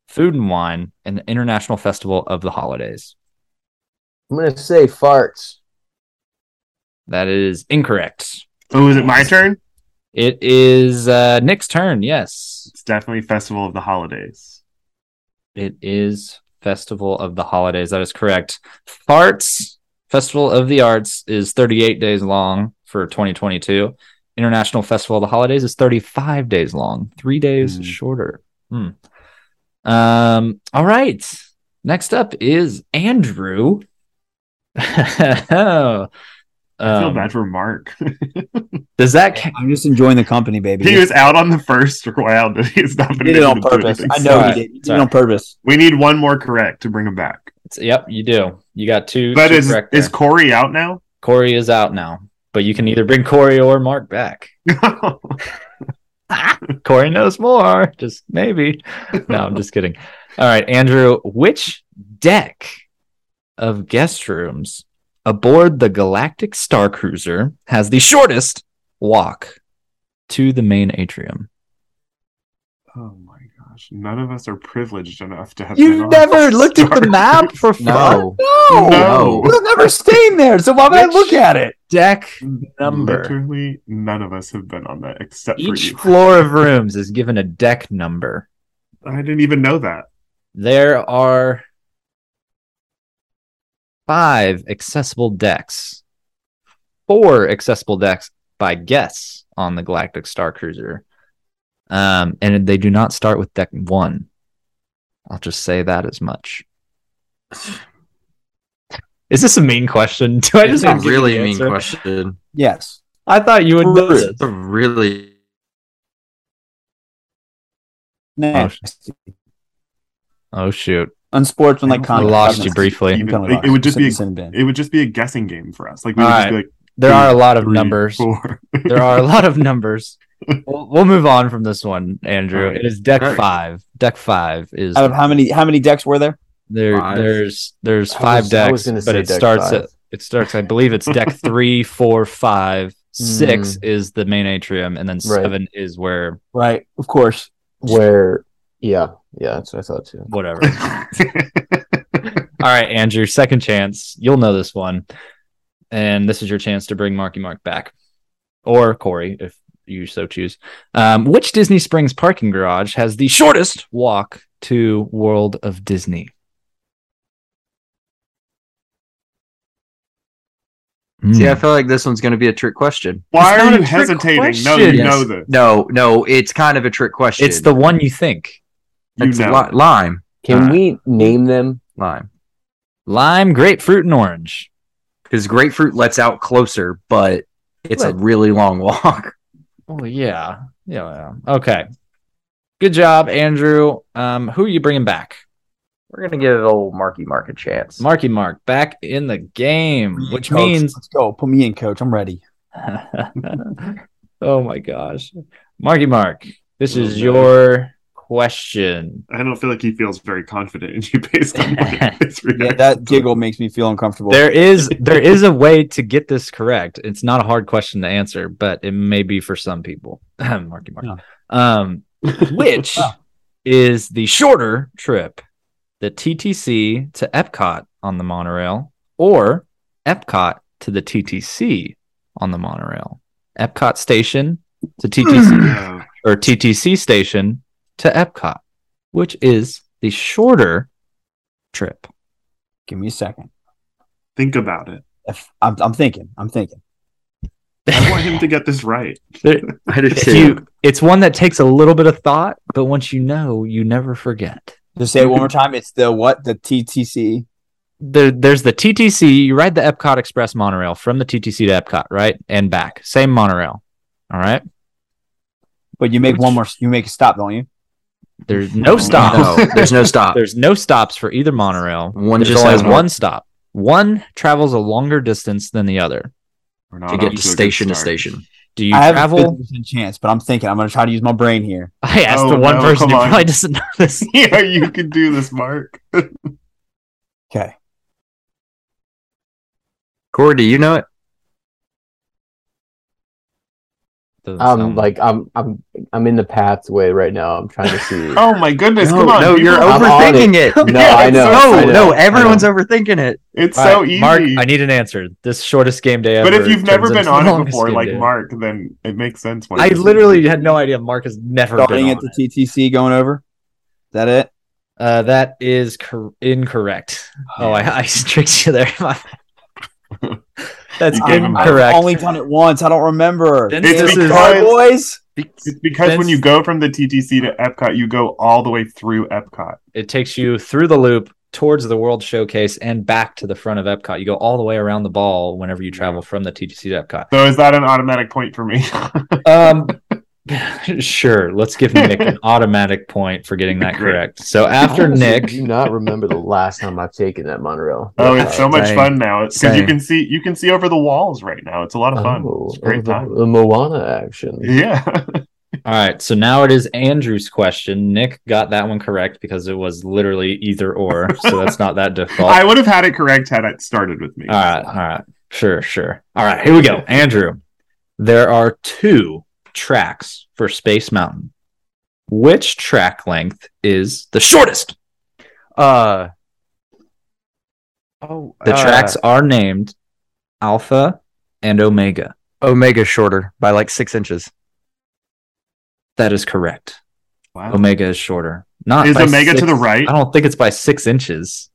Speaker 2: Food and Wine, and the International Festival of the Holidays.
Speaker 5: I'm gonna say farts.
Speaker 2: That is incorrect.
Speaker 4: Oh, is it my turn?
Speaker 2: It is uh, Nick's turn. Yes,
Speaker 4: It's definitely Festival of the Holidays.
Speaker 2: it is Festival of the Holidays. That is correct. Farts Festival of the Arts is 38 days long for 2022. International Festival of the Holidays is 35 days long, three days
Speaker 4: Hmm.
Speaker 2: shorter. Hmm. Um, all right. Next up is Andrew.
Speaker 4: I feel
Speaker 2: Um,
Speaker 4: bad for Mark.
Speaker 2: does that ca-
Speaker 3: I'm just enjoying the company, baby.
Speaker 4: he was out on the first round. and He's not been
Speaker 3: He did it
Speaker 4: able
Speaker 3: on
Speaker 4: to do
Speaker 3: purpose.
Speaker 4: anything.
Speaker 3: I know
Speaker 2: Sorry.
Speaker 3: he did. He did
Speaker 2: Sorry.
Speaker 3: it on purpose.
Speaker 4: We need one more correct to bring him back.
Speaker 2: Yep, you do. You got two.
Speaker 4: But
Speaker 2: two
Speaker 4: is
Speaker 2: correct
Speaker 4: is
Speaker 2: there.
Speaker 4: Corey out now?
Speaker 2: Corey is out now, but you can either bring Corey or Mark back. Corey knows more. Just maybe. No, I'm just kidding. All right, Andrew, which deck of guest rooms aboard the Galactic Star Cruiser has the shortest walk to the main atrium?
Speaker 4: oh my gosh! None of us are privileged enough to have. been
Speaker 2: You
Speaker 4: on
Speaker 2: never looked at the
Speaker 4: Star-
Speaker 2: map for fun.
Speaker 6: No.
Speaker 4: No.
Speaker 3: We're never staying there, so why would I look at it?
Speaker 2: Deck number.
Speaker 4: Literally, none of us have been on that except
Speaker 2: Each
Speaker 4: for you.
Speaker 2: floor of rooms is given a deck number.
Speaker 4: I didn't even know that.
Speaker 2: There are five accessible decks, four accessible decks by guests on the Galactic Star Cruiser. Um, and they do not start with deck one. I'll just say that as much. Is this a mean question? Do I
Speaker 6: It's
Speaker 2: just
Speaker 6: a
Speaker 2: not give you
Speaker 6: really
Speaker 2: the
Speaker 6: mean
Speaker 2: answer?
Speaker 6: question.
Speaker 3: Yes.
Speaker 2: I thought you would know this.
Speaker 6: It's a really
Speaker 3: Nasty.
Speaker 2: Oh shoot!
Speaker 3: Unsportsmanlike
Speaker 4: I
Speaker 3: conduct.
Speaker 2: lost you briefly.
Speaker 3: I'm kinda
Speaker 4: It-
Speaker 3: lost.
Speaker 4: it would just be-
Speaker 3: Sin bin.
Speaker 4: It would just be a guessing game for us. Like we would
Speaker 2: All
Speaker 4: just
Speaker 2: right.
Speaker 4: be like
Speaker 2: There are a lot of
Speaker 4: three,
Speaker 2: numbers.
Speaker 4: four.
Speaker 2: there are a lot of numbers. We'll, we'll move on from this one, Andrew.
Speaker 4: All right.
Speaker 2: It is deck
Speaker 6: All right.
Speaker 2: five. Deck five is
Speaker 3: Out of how many how many decks were there?
Speaker 2: there.
Speaker 6: Five.
Speaker 2: There's there's
Speaker 5: I
Speaker 2: five
Speaker 5: was- I was
Speaker 2: decks,
Speaker 5: gonna
Speaker 2: but
Speaker 5: say
Speaker 2: it
Speaker 5: deck
Speaker 2: starts
Speaker 5: five.
Speaker 2: at it starts. I believe it's deck three, four, five, six is the main atrium, and then
Speaker 5: Hmm. Right.
Speaker 2: seven is where
Speaker 3: Right. Of course.
Speaker 5: Where? Yeah, yeah, that's what I thought too.
Speaker 2: whatever. All right, Andrew, second chance. You'll know this one, and this is your chance to bring Marky Mark back, or Corey, if you so choose. Um, which Disney Springs parking garage has the shortest walk to World of Disney?
Speaker 6: See,
Speaker 2: Hmm.
Speaker 6: I feel like this one's going to be a trick question.
Speaker 4: Why
Speaker 2: It's
Speaker 4: are
Speaker 2: not
Speaker 4: you
Speaker 2: a trick
Speaker 4: hesitating? No,
Speaker 2: question.
Speaker 4: you
Speaker 6: Yes.
Speaker 4: know this.
Speaker 6: No, no, it's kind of a trick question.
Speaker 2: it's the one you think.
Speaker 4: You
Speaker 6: It's
Speaker 4: know.
Speaker 6: li- lime,
Speaker 5: Can
Speaker 6: Uh,
Speaker 5: we name them?
Speaker 6: lime,
Speaker 2: Lime, grapefruit, and orange.
Speaker 6: because grapefruit lets out closer, but it's a really long walk.
Speaker 2: Oh yeah, yeah. yeah. Okay, good job, Andrew. Um, who are you bringing back?
Speaker 6: We're gonna give old Marky Mark a chance.
Speaker 2: Marky Mark back in the game, which
Speaker 3: Coach,
Speaker 2: means
Speaker 3: let's go. Put me in, coach. I'm ready.
Speaker 2: oh my gosh. Marky Mark, this is your question.
Speaker 4: I don't feel like he feels very confident in you based on like, his
Speaker 3: Yeah,
Speaker 4: reaction.
Speaker 3: that giggle makes me feel uncomfortable.
Speaker 2: There is there is a way to get this correct. It's not a hard question to answer, but it may be for some people. Marky Mark. Um, which is the shorter trip, the TTC to Epcot on the monorail, or Epcot to the TTC on the monorail? Epcot station to TTC
Speaker 4: Yeah.
Speaker 2: or TTC station to Epcot, which is the shorter trip.
Speaker 3: Give me a second.
Speaker 4: think about it.
Speaker 3: If- I'm, I'm thinking. I'm thinking.
Speaker 4: I want him to get this right.
Speaker 2: There-
Speaker 8: I did
Speaker 2: if
Speaker 8: too.
Speaker 2: you, it's one that takes a little bit of thought, but once you know, you never forget.
Speaker 3: Just say it one more time. It's the what? The TTC.
Speaker 2: There, there's the TTC. You ride the Epcot Express monorail from the TTC to Epcot, right, and back. Same monorail. All right.
Speaker 3: But you make one more. You make a stop, don't you?
Speaker 2: There's no stops.
Speaker 6: No, there's no stop.
Speaker 2: There's no stops for either monorail.
Speaker 6: One
Speaker 2: There's
Speaker 6: just
Speaker 2: only
Speaker 6: has
Speaker 2: one stop. One travels a longer distance than the other.
Speaker 4: We're not
Speaker 6: to
Speaker 4: off
Speaker 6: get to
Speaker 4: a good
Speaker 6: station to
Speaker 4: start.
Speaker 6: station.
Speaker 2: Do you
Speaker 3: I have a
Speaker 2: travel?
Speaker 3: 50% chance, but I'm thinking. I'm going to try to use my brain here.
Speaker 2: I asked
Speaker 4: Oh,
Speaker 2: the one
Speaker 4: no,
Speaker 2: person
Speaker 4: come
Speaker 2: who
Speaker 4: on.
Speaker 2: probably doesn't know this.
Speaker 4: Yeah, you can do this, Mark.
Speaker 3: Okay.
Speaker 6: Corey, do you know it?
Speaker 2: Doesn't
Speaker 7: I'm
Speaker 2: sound-
Speaker 7: Um, like I'm I'm I'm in the pathway right now. I'm trying to see.
Speaker 4: Oh my goodness!
Speaker 6: no,
Speaker 4: Come on,
Speaker 6: no,
Speaker 4: people.
Speaker 6: you're
Speaker 7: I'm on
Speaker 6: overthinking it.
Speaker 7: No,
Speaker 4: Yeah,
Speaker 7: I
Speaker 4: it's
Speaker 7: know.
Speaker 4: so-
Speaker 6: No,
Speaker 7: I know,
Speaker 6: no,
Speaker 7: I know.
Speaker 6: everyone's overthinking it.
Speaker 4: It's
Speaker 2: All
Speaker 4: so
Speaker 2: right,
Speaker 4: easy.
Speaker 2: Mark, I need an answer. This shortest game day ever.
Speaker 4: but if you've
Speaker 2: turns
Speaker 4: never
Speaker 2: into
Speaker 4: been
Speaker 2: the
Speaker 4: on it
Speaker 2: longest
Speaker 4: before,
Speaker 2: game
Speaker 4: like
Speaker 2: day.
Speaker 4: Mark, then it makes sense. why
Speaker 2: I
Speaker 4: this is-
Speaker 2: literally had no idea Mark has never
Speaker 3: Starting
Speaker 2: been
Speaker 3: at
Speaker 2: on
Speaker 3: the
Speaker 2: it.
Speaker 3: TTC, E going over. Is that it?
Speaker 2: Uh, that is cor- incorrect. Oh, I, I tricked you there. My- That's
Speaker 4: You gave him-
Speaker 3: I've
Speaker 2: incorrect.
Speaker 3: only done it once. I don't remember.
Speaker 2: Then
Speaker 4: It's
Speaker 2: this is-
Speaker 4: because-
Speaker 3: Sorry, boys.
Speaker 4: It's because when
Speaker 2: Since-
Speaker 4: you go from the TTC to Epcot, you go all the way through Epcot.
Speaker 2: It takes you through the loop towards the World Showcase and back to the front of Epcot. You go all the way around the ball whenever you travel from the TTC to Epcot.
Speaker 4: So is that an automatic point for me?
Speaker 2: Um, sure. Let's give Nick an automatic point for getting that
Speaker 4: Great.
Speaker 2: correct. So after
Speaker 7: Honestly,
Speaker 2: Nick,
Speaker 7: do not remember the last time I've taken that monorail. Uh,
Speaker 4: oh, it's
Speaker 2: Uh,
Speaker 4: so much
Speaker 6: Same.
Speaker 4: fun now because you
Speaker 6: Same.
Speaker 4: can see you can see over the walls right now. It's a lot of fun.
Speaker 7: Oh,
Speaker 4: it's a great
Speaker 7: oh, the-
Speaker 4: time.
Speaker 7: The, Moana action.
Speaker 4: Yeah.
Speaker 2: all right. So now it is Andrew's question. Nick got that one correct because it was literally either or. So that's not that difficult.
Speaker 4: I would have had it correct had it started with me.
Speaker 2: All right, all right. Sure, sure. All right, here we go. Andrew, there are two tracks for Space Mountain. Which track length is the shortest?
Speaker 6: Uh oh,
Speaker 4: Uh,
Speaker 2: The tracks are named Alpha and Omega.
Speaker 6: Omega shorter by like six inches.
Speaker 2: That is correct.
Speaker 4: Wow.
Speaker 2: Omega is shorter. Not
Speaker 4: Is
Speaker 2: by
Speaker 4: Omega to
Speaker 2: six-
Speaker 4: the right?
Speaker 2: I don't think it's by six inches.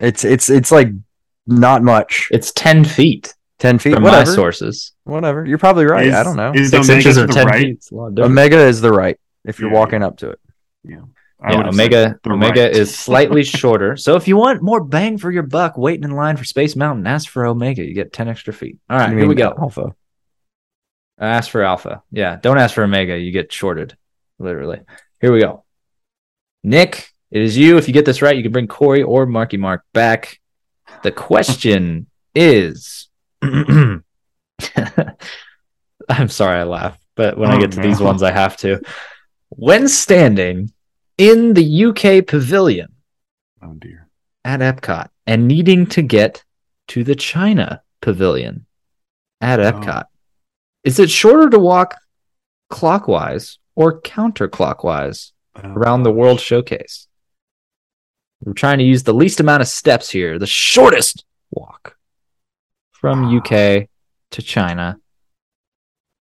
Speaker 6: It's it's it's like not much.
Speaker 2: It's ten feet
Speaker 6: Ten feet.
Speaker 2: from
Speaker 6: Whatever.
Speaker 2: my sources.
Speaker 6: Whatever. You're probably right. I don't know.
Speaker 4: Is
Speaker 2: Six
Speaker 4: Omega
Speaker 2: inches
Speaker 4: to
Speaker 2: or
Speaker 4: the
Speaker 2: ten
Speaker 4: right?
Speaker 2: feet. It's a lot of difference.
Speaker 6: Omega is the right if you're
Speaker 4: Yeah.
Speaker 6: walking up to it.
Speaker 4: I
Speaker 2: yeah,
Speaker 4: would have
Speaker 2: Omega
Speaker 4: said the
Speaker 2: Omega
Speaker 4: right.
Speaker 2: is slightly shorter. So if you want more bang for your buck, waiting in line for Space Mountain, ask for Omega. You get ten extra feet. All right,
Speaker 6: You
Speaker 2: here we
Speaker 6: mean
Speaker 2: go.
Speaker 6: Alpha.
Speaker 2: Ask for Alpha. Yeah, don't ask for Omega. You get shorted, literally. Here we go. Nick, it is you. If you get this right, you can bring Corey or Marky Mark back. The question is I'm sorry I laugh, but when I
Speaker 4: Oh,
Speaker 2: get to
Speaker 4: no.
Speaker 2: these ones, I have to. When standing in the UK pavilion,
Speaker 4: Oh dear.
Speaker 2: at Epcot and needing to get to the China Pavilion at Epcot. Is it shorter to walk clockwise or counterclockwise around the World Showcase? We're trying to use the least amount of steps here, the shortest walk from UK to China,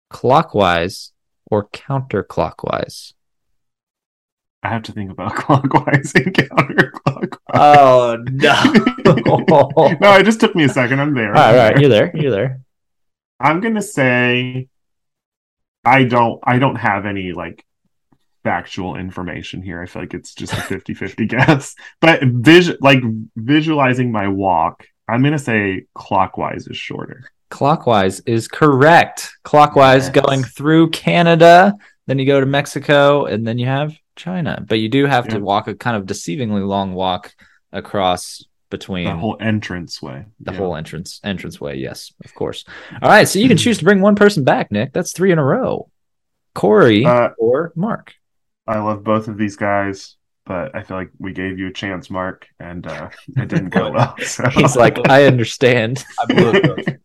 Speaker 2: clockwise or counterclockwise.
Speaker 4: I have to think about clockwise and counterclockwise.
Speaker 2: Oh no!
Speaker 4: no, it just took me a second. I'm there.
Speaker 2: All
Speaker 4: I'm
Speaker 2: right,
Speaker 4: there.
Speaker 2: you're there. You're there.
Speaker 4: I'm gonna say I don't I don't have any like factual information here. I feel like it's just a 50-50 guess. But vis- like visualizing my walk, I'm gonna say clockwise is shorter.
Speaker 2: Clockwise is correct. Clockwise
Speaker 4: Yes.
Speaker 2: going through Canada, then you go to Mexico, and then you have China. But you do have to
Speaker 4: Yeah.
Speaker 2: walk a kind of deceivingly long walk across between
Speaker 4: The whole entrance way.
Speaker 2: the whole entrance entrance way. Yes, of course. All right, so you
Speaker 4: Hmm.
Speaker 2: can choose to bring one person back, Nick. That's three in a row. Corey
Speaker 4: Uh,
Speaker 2: or Mark.
Speaker 4: I love both of these guys, but I feel like we gave you a chance, Mark, and uh, it didn't go well. so-
Speaker 2: He's like, I understand.
Speaker 3: I blew it, Coach.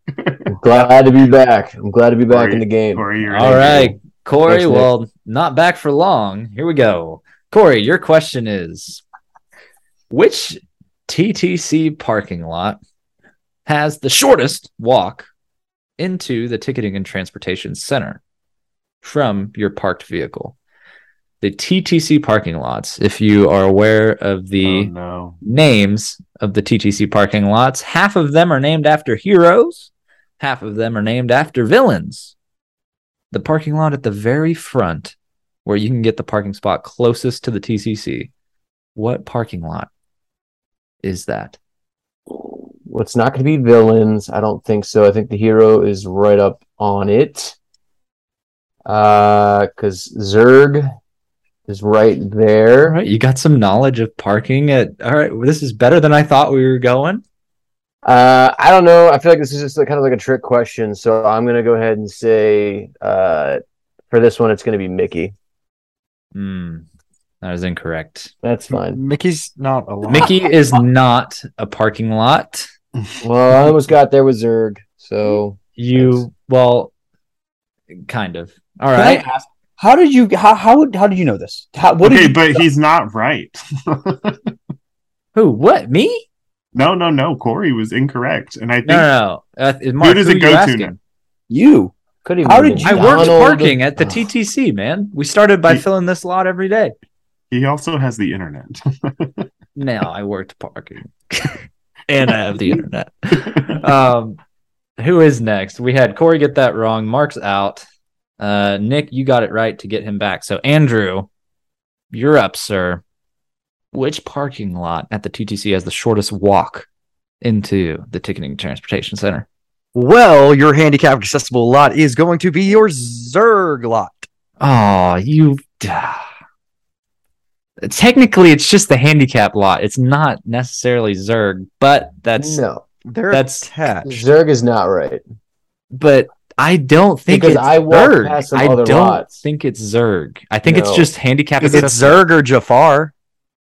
Speaker 7: I'm glad to be back. I'm glad to be back in the game.
Speaker 4: Corey, you're
Speaker 2: All
Speaker 4: in.
Speaker 2: right, Corey.
Speaker 7: Thanks, Nick.
Speaker 2: Well, not back for long. Here we go. Corey, your question is which TTC parking lot has the shortest walk into the ticketing and transportation center from your parked vehicle? The TTC parking lots, if you are aware of the
Speaker 7: Uh-huh.
Speaker 4: Oh, no.
Speaker 2: names of the TTC parking lots. Half of them are named after heroes, half of them are named after villains. The parking lot at the very front, where you can get the parking spot closest to the TCC. What parking lot is that?
Speaker 7: Well, it's not going to be villains. I don't think so. I think the hero is right up on it. Uh, because Zerg is right
Speaker 2: All
Speaker 7: there.
Speaker 2: right, you got some knowledge of parking at. All right, well, this is better than I thought we were going.
Speaker 7: Uh, I don't know. I feel like this is just like, kind of like a trick question. So I'm going to go ahead and say, uh, for this one, it's going to be Mickey.
Speaker 2: Hmm, that is incorrect.
Speaker 7: That's fine.
Speaker 6: Mickey's not alive.
Speaker 2: Mickey is not a parking lot.
Speaker 7: Well, I almost got there with Zerg. So
Speaker 2: You,
Speaker 7: Thanks.
Speaker 2: well, kind of. All
Speaker 3: Can I
Speaker 2: right.
Speaker 3: ask, how did you how how how did you know this? How, what
Speaker 4: okay,
Speaker 3: did you,
Speaker 4: but he's not right.
Speaker 2: Who? What? Me?
Speaker 4: no, no, no. Corey was incorrect, and I think
Speaker 2: No, no, no. Uh, Mark,
Speaker 4: who does
Speaker 2: who are
Speaker 4: it
Speaker 2: you
Speaker 4: go to
Speaker 2: asking?
Speaker 4: now?
Speaker 3: you?
Speaker 7: could even
Speaker 3: How
Speaker 7: be
Speaker 3: did you-
Speaker 2: I worked
Speaker 7: Donald-
Speaker 2: parking at the
Speaker 7: Ugh.
Speaker 2: TTC, man. We started by
Speaker 4: He-
Speaker 2: filling this lot every day.
Speaker 4: He also has the internet.
Speaker 2: No, I worked parking, and I have the internet. Um, who is next? We had Corey get that wrong. Mark's out. Uh, Nick, you got it right to get him back. So Andrew, you're up, sir. Which parking lot at the TTC has the shortest walk into the ticketing transportation center?
Speaker 6: Well, your handicap accessible lot is going to be your Zerg lot.
Speaker 2: Oh, you. Technically, it's just the handicap lot. It's not necessarily Zerg, but that's.
Speaker 7: No,
Speaker 6: They're
Speaker 2: That's-
Speaker 6: attached.
Speaker 7: Zerg is not right.
Speaker 2: But I don't think
Speaker 7: Because
Speaker 2: it's
Speaker 7: I walked
Speaker 2: Zerg.
Speaker 7: past some
Speaker 2: I
Speaker 7: other
Speaker 2: don't
Speaker 7: lots.
Speaker 2: think it's Zerg. I think it's
Speaker 7: No.
Speaker 2: just handicap
Speaker 6: Is it
Speaker 2: accessible.
Speaker 6: Zerg or Jafar?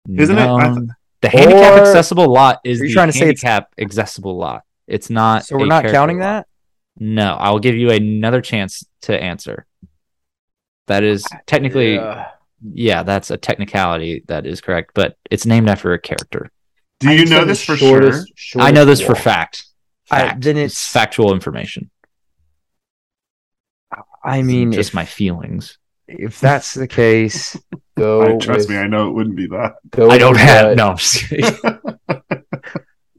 Speaker 4: Isn't it? I th-
Speaker 2: the handicap
Speaker 7: Or-
Speaker 2: accessible lot is
Speaker 6: Are you
Speaker 2: the
Speaker 6: trying to say it's-
Speaker 2: handicap accessible lot. It's not.
Speaker 6: So we're
Speaker 2: a
Speaker 6: not
Speaker 2: character
Speaker 6: counting
Speaker 2: lot.
Speaker 6: that?
Speaker 2: No, I will give you another chance to answer. That is technically
Speaker 7: Yeah.
Speaker 2: yeah, that's a technicality that is correct, but it's named after a character.
Speaker 4: Do you know this for sure?
Speaker 7: sure?
Speaker 2: I know this for fact.
Speaker 6: I-
Speaker 2: Fact.
Speaker 6: then
Speaker 2: It's
Speaker 6: it's-
Speaker 2: factual information.
Speaker 6: I mean,
Speaker 2: just
Speaker 6: if,
Speaker 2: my feelings.
Speaker 6: if that's the case,
Speaker 7: Go
Speaker 4: I, trust
Speaker 7: with-
Speaker 4: me, I know it wouldn't be that.
Speaker 7: go
Speaker 2: I
Speaker 7: with
Speaker 2: don't
Speaker 7: your
Speaker 2: have
Speaker 7: gut.
Speaker 2: no. I'm just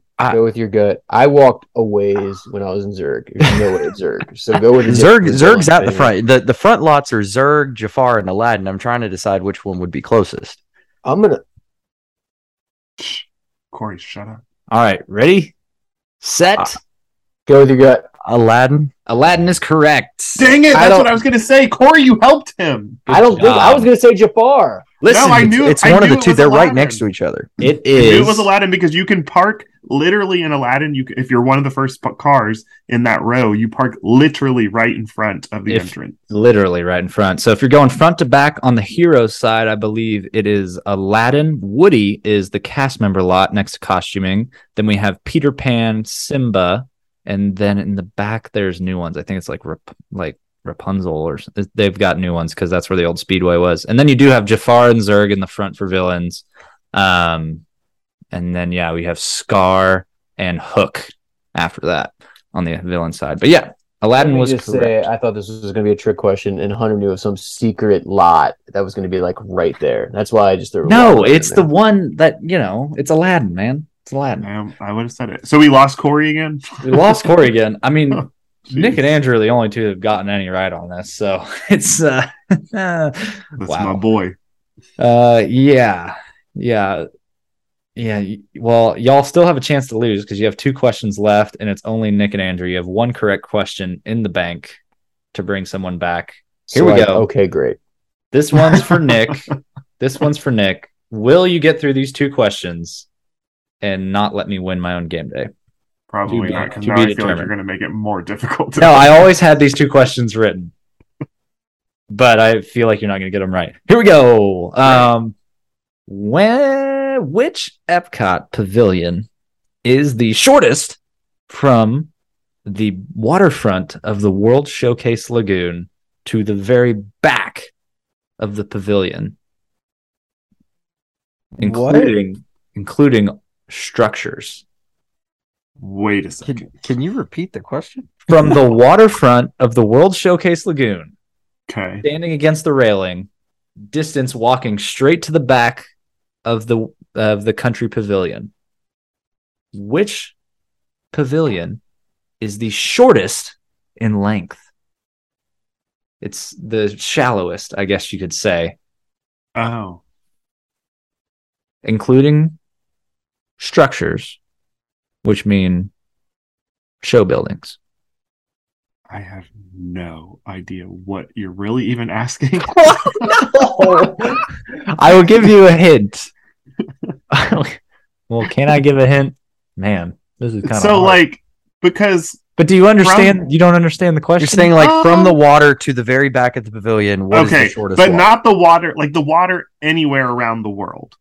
Speaker 2: kidding.
Speaker 7: Go with your gut. I walked a ways when I was in Zurich. There's no way it's Zurich. So go with
Speaker 6: Zerg Zerg's out the front. The the front lots are Zerg, Jafar, and Aladdin. I'm trying to decide which one would be closest.
Speaker 7: I'm gonna.
Speaker 4: Corey, shut up.
Speaker 2: All right, ready? Set.
Speaker 6: Uh,
Speaker 7: Go with your gut.
Speaker 6: Aladdin.
Speaker 2: Aladdin is correct.
Speaker 4: Dang it!
Speaker 7: I
Speaker 4: That's
Speaker 7: don't-
Speaker 4: what I was gonna say. Corey, you helped him.
Speaker 7: I don't think I
Speaker 2: job.
Speaker 7: was gonna say Jafar.
Speaker 4: no, I knew
Speaker 6: it's
Speaker 4: I
Speaker 6: one of
Speaker 4: knew
Speaker 6: the
Speaker 4: it
Speaker 6: two.
Speaker 4: was
Speaker 6: They're right
Speaker 4: Aladdin.
Speaker 6: next to each other.
Speaker 2: It
Speaker 4: I
Speaker 2: is.
Speaker 4: knew it was Aladdin because you can park literally in Aladdin. You c- if you're one of the first p- cars in that row, you park literally right in front of the
Speaker 2: If-
Speaker 4: entrance.
Speaker 2: literally right in front. So if you're going front to back on the hero side, I believe it is Aladdin. Woody is the cast member lot next to costuming. Then we have Peter Pan, Simba, and then in the back there's new ones. I think it's like Rap- like Rapunzel or s- they've got new ones because that's where the old Speedway was. And then you do have Jafar and Zurg in the front for villains. Um, and then yeah, we have Scar and Hook after that on the villain side. But yeah, Aladdin
Speaker 7: Let me
Speaker 2: was
Speaker 7: just
Speaker 2: correct.
Speaker 7: say I thought this was gonna be a trick question, and Hunter knew of some secret lot that was gonna be like right there. That's why I just threw.
Speaker 2: No, it's the one that you know. It's Aladdin, man. It's Aladdin.
Speaker 4: I, Um, I would have said it. So we lost Corey again.
Speaker 2: We lost Corey again. I mean, Nick
Speaker 4: Jeez.
Speaker 2: and Andrew are the only two that have gotten any right on this, so it's uh, wow.
Speaker 4: That's my boy.
Speaker 2: Uh, yeah, yeah, yeah. y- Well, y'all still have a chance to lose because you have two questions left, and it's only Nick and Andrew. You have one correct question in the bank to bring someone back. Here we go.
Speaker 7: Okay, great.
Speaker 2: This one's for Nick. This one's for Nick. Will you get through these two questions and not let me win my own game day?
Speaker 4: Probably
Speaker 2: be-
Speaker 4: not because
Speaker 2: to
Speaker 4: now
Speaker 2: be
Speaker 4: I feel like
Speaker 2: determined.
Speaker 4: you're gonna make it more difficult.
Speaker 2: No, I always had these two questions written. but I feel like you're not going to get them right. Here we go. Um, when which Epcot pavilion is the shortest from the waterfront of the World Showcase Lagoon to the very back of the pavilion, including including structures
Speaker 4: Wait a
Speaker 6: Can,
Speaker 4: second.
Speaker 6: can you repeat the question?
Speaker 2: from the waterfront of the World Showcase Lagoon.
Speaker 4: Okay.
Speaker 2: standing against the railing, distance walking straight to the back of the of the country pavilion. Which pavilion is the shortest in length? It's the shallowest, I guess you could say,
Speaker 4: Oh.
Speaker 2: including structures, which mean show buildings.
Speaker 4: I have no idea what you're really even asking.
Speaker 2: I will give you a hint. well, can I give a hint? Man, this is kind of
Speaker 4: so like because
Speaker 2: But do you understand?
Speaker 4: From-
Speaker 2: you don't understand the question.
Speaker 6: You're saying like from the
Speaker 4: Um,
Speaker 6: water to the very back of the pavilion. What is
Speaker 4: okay,
Speaker 6: the shortest?
Speaker 4: but
Speaker 6: walk?
Speaker 4: not the water, like the water anywhere around the world.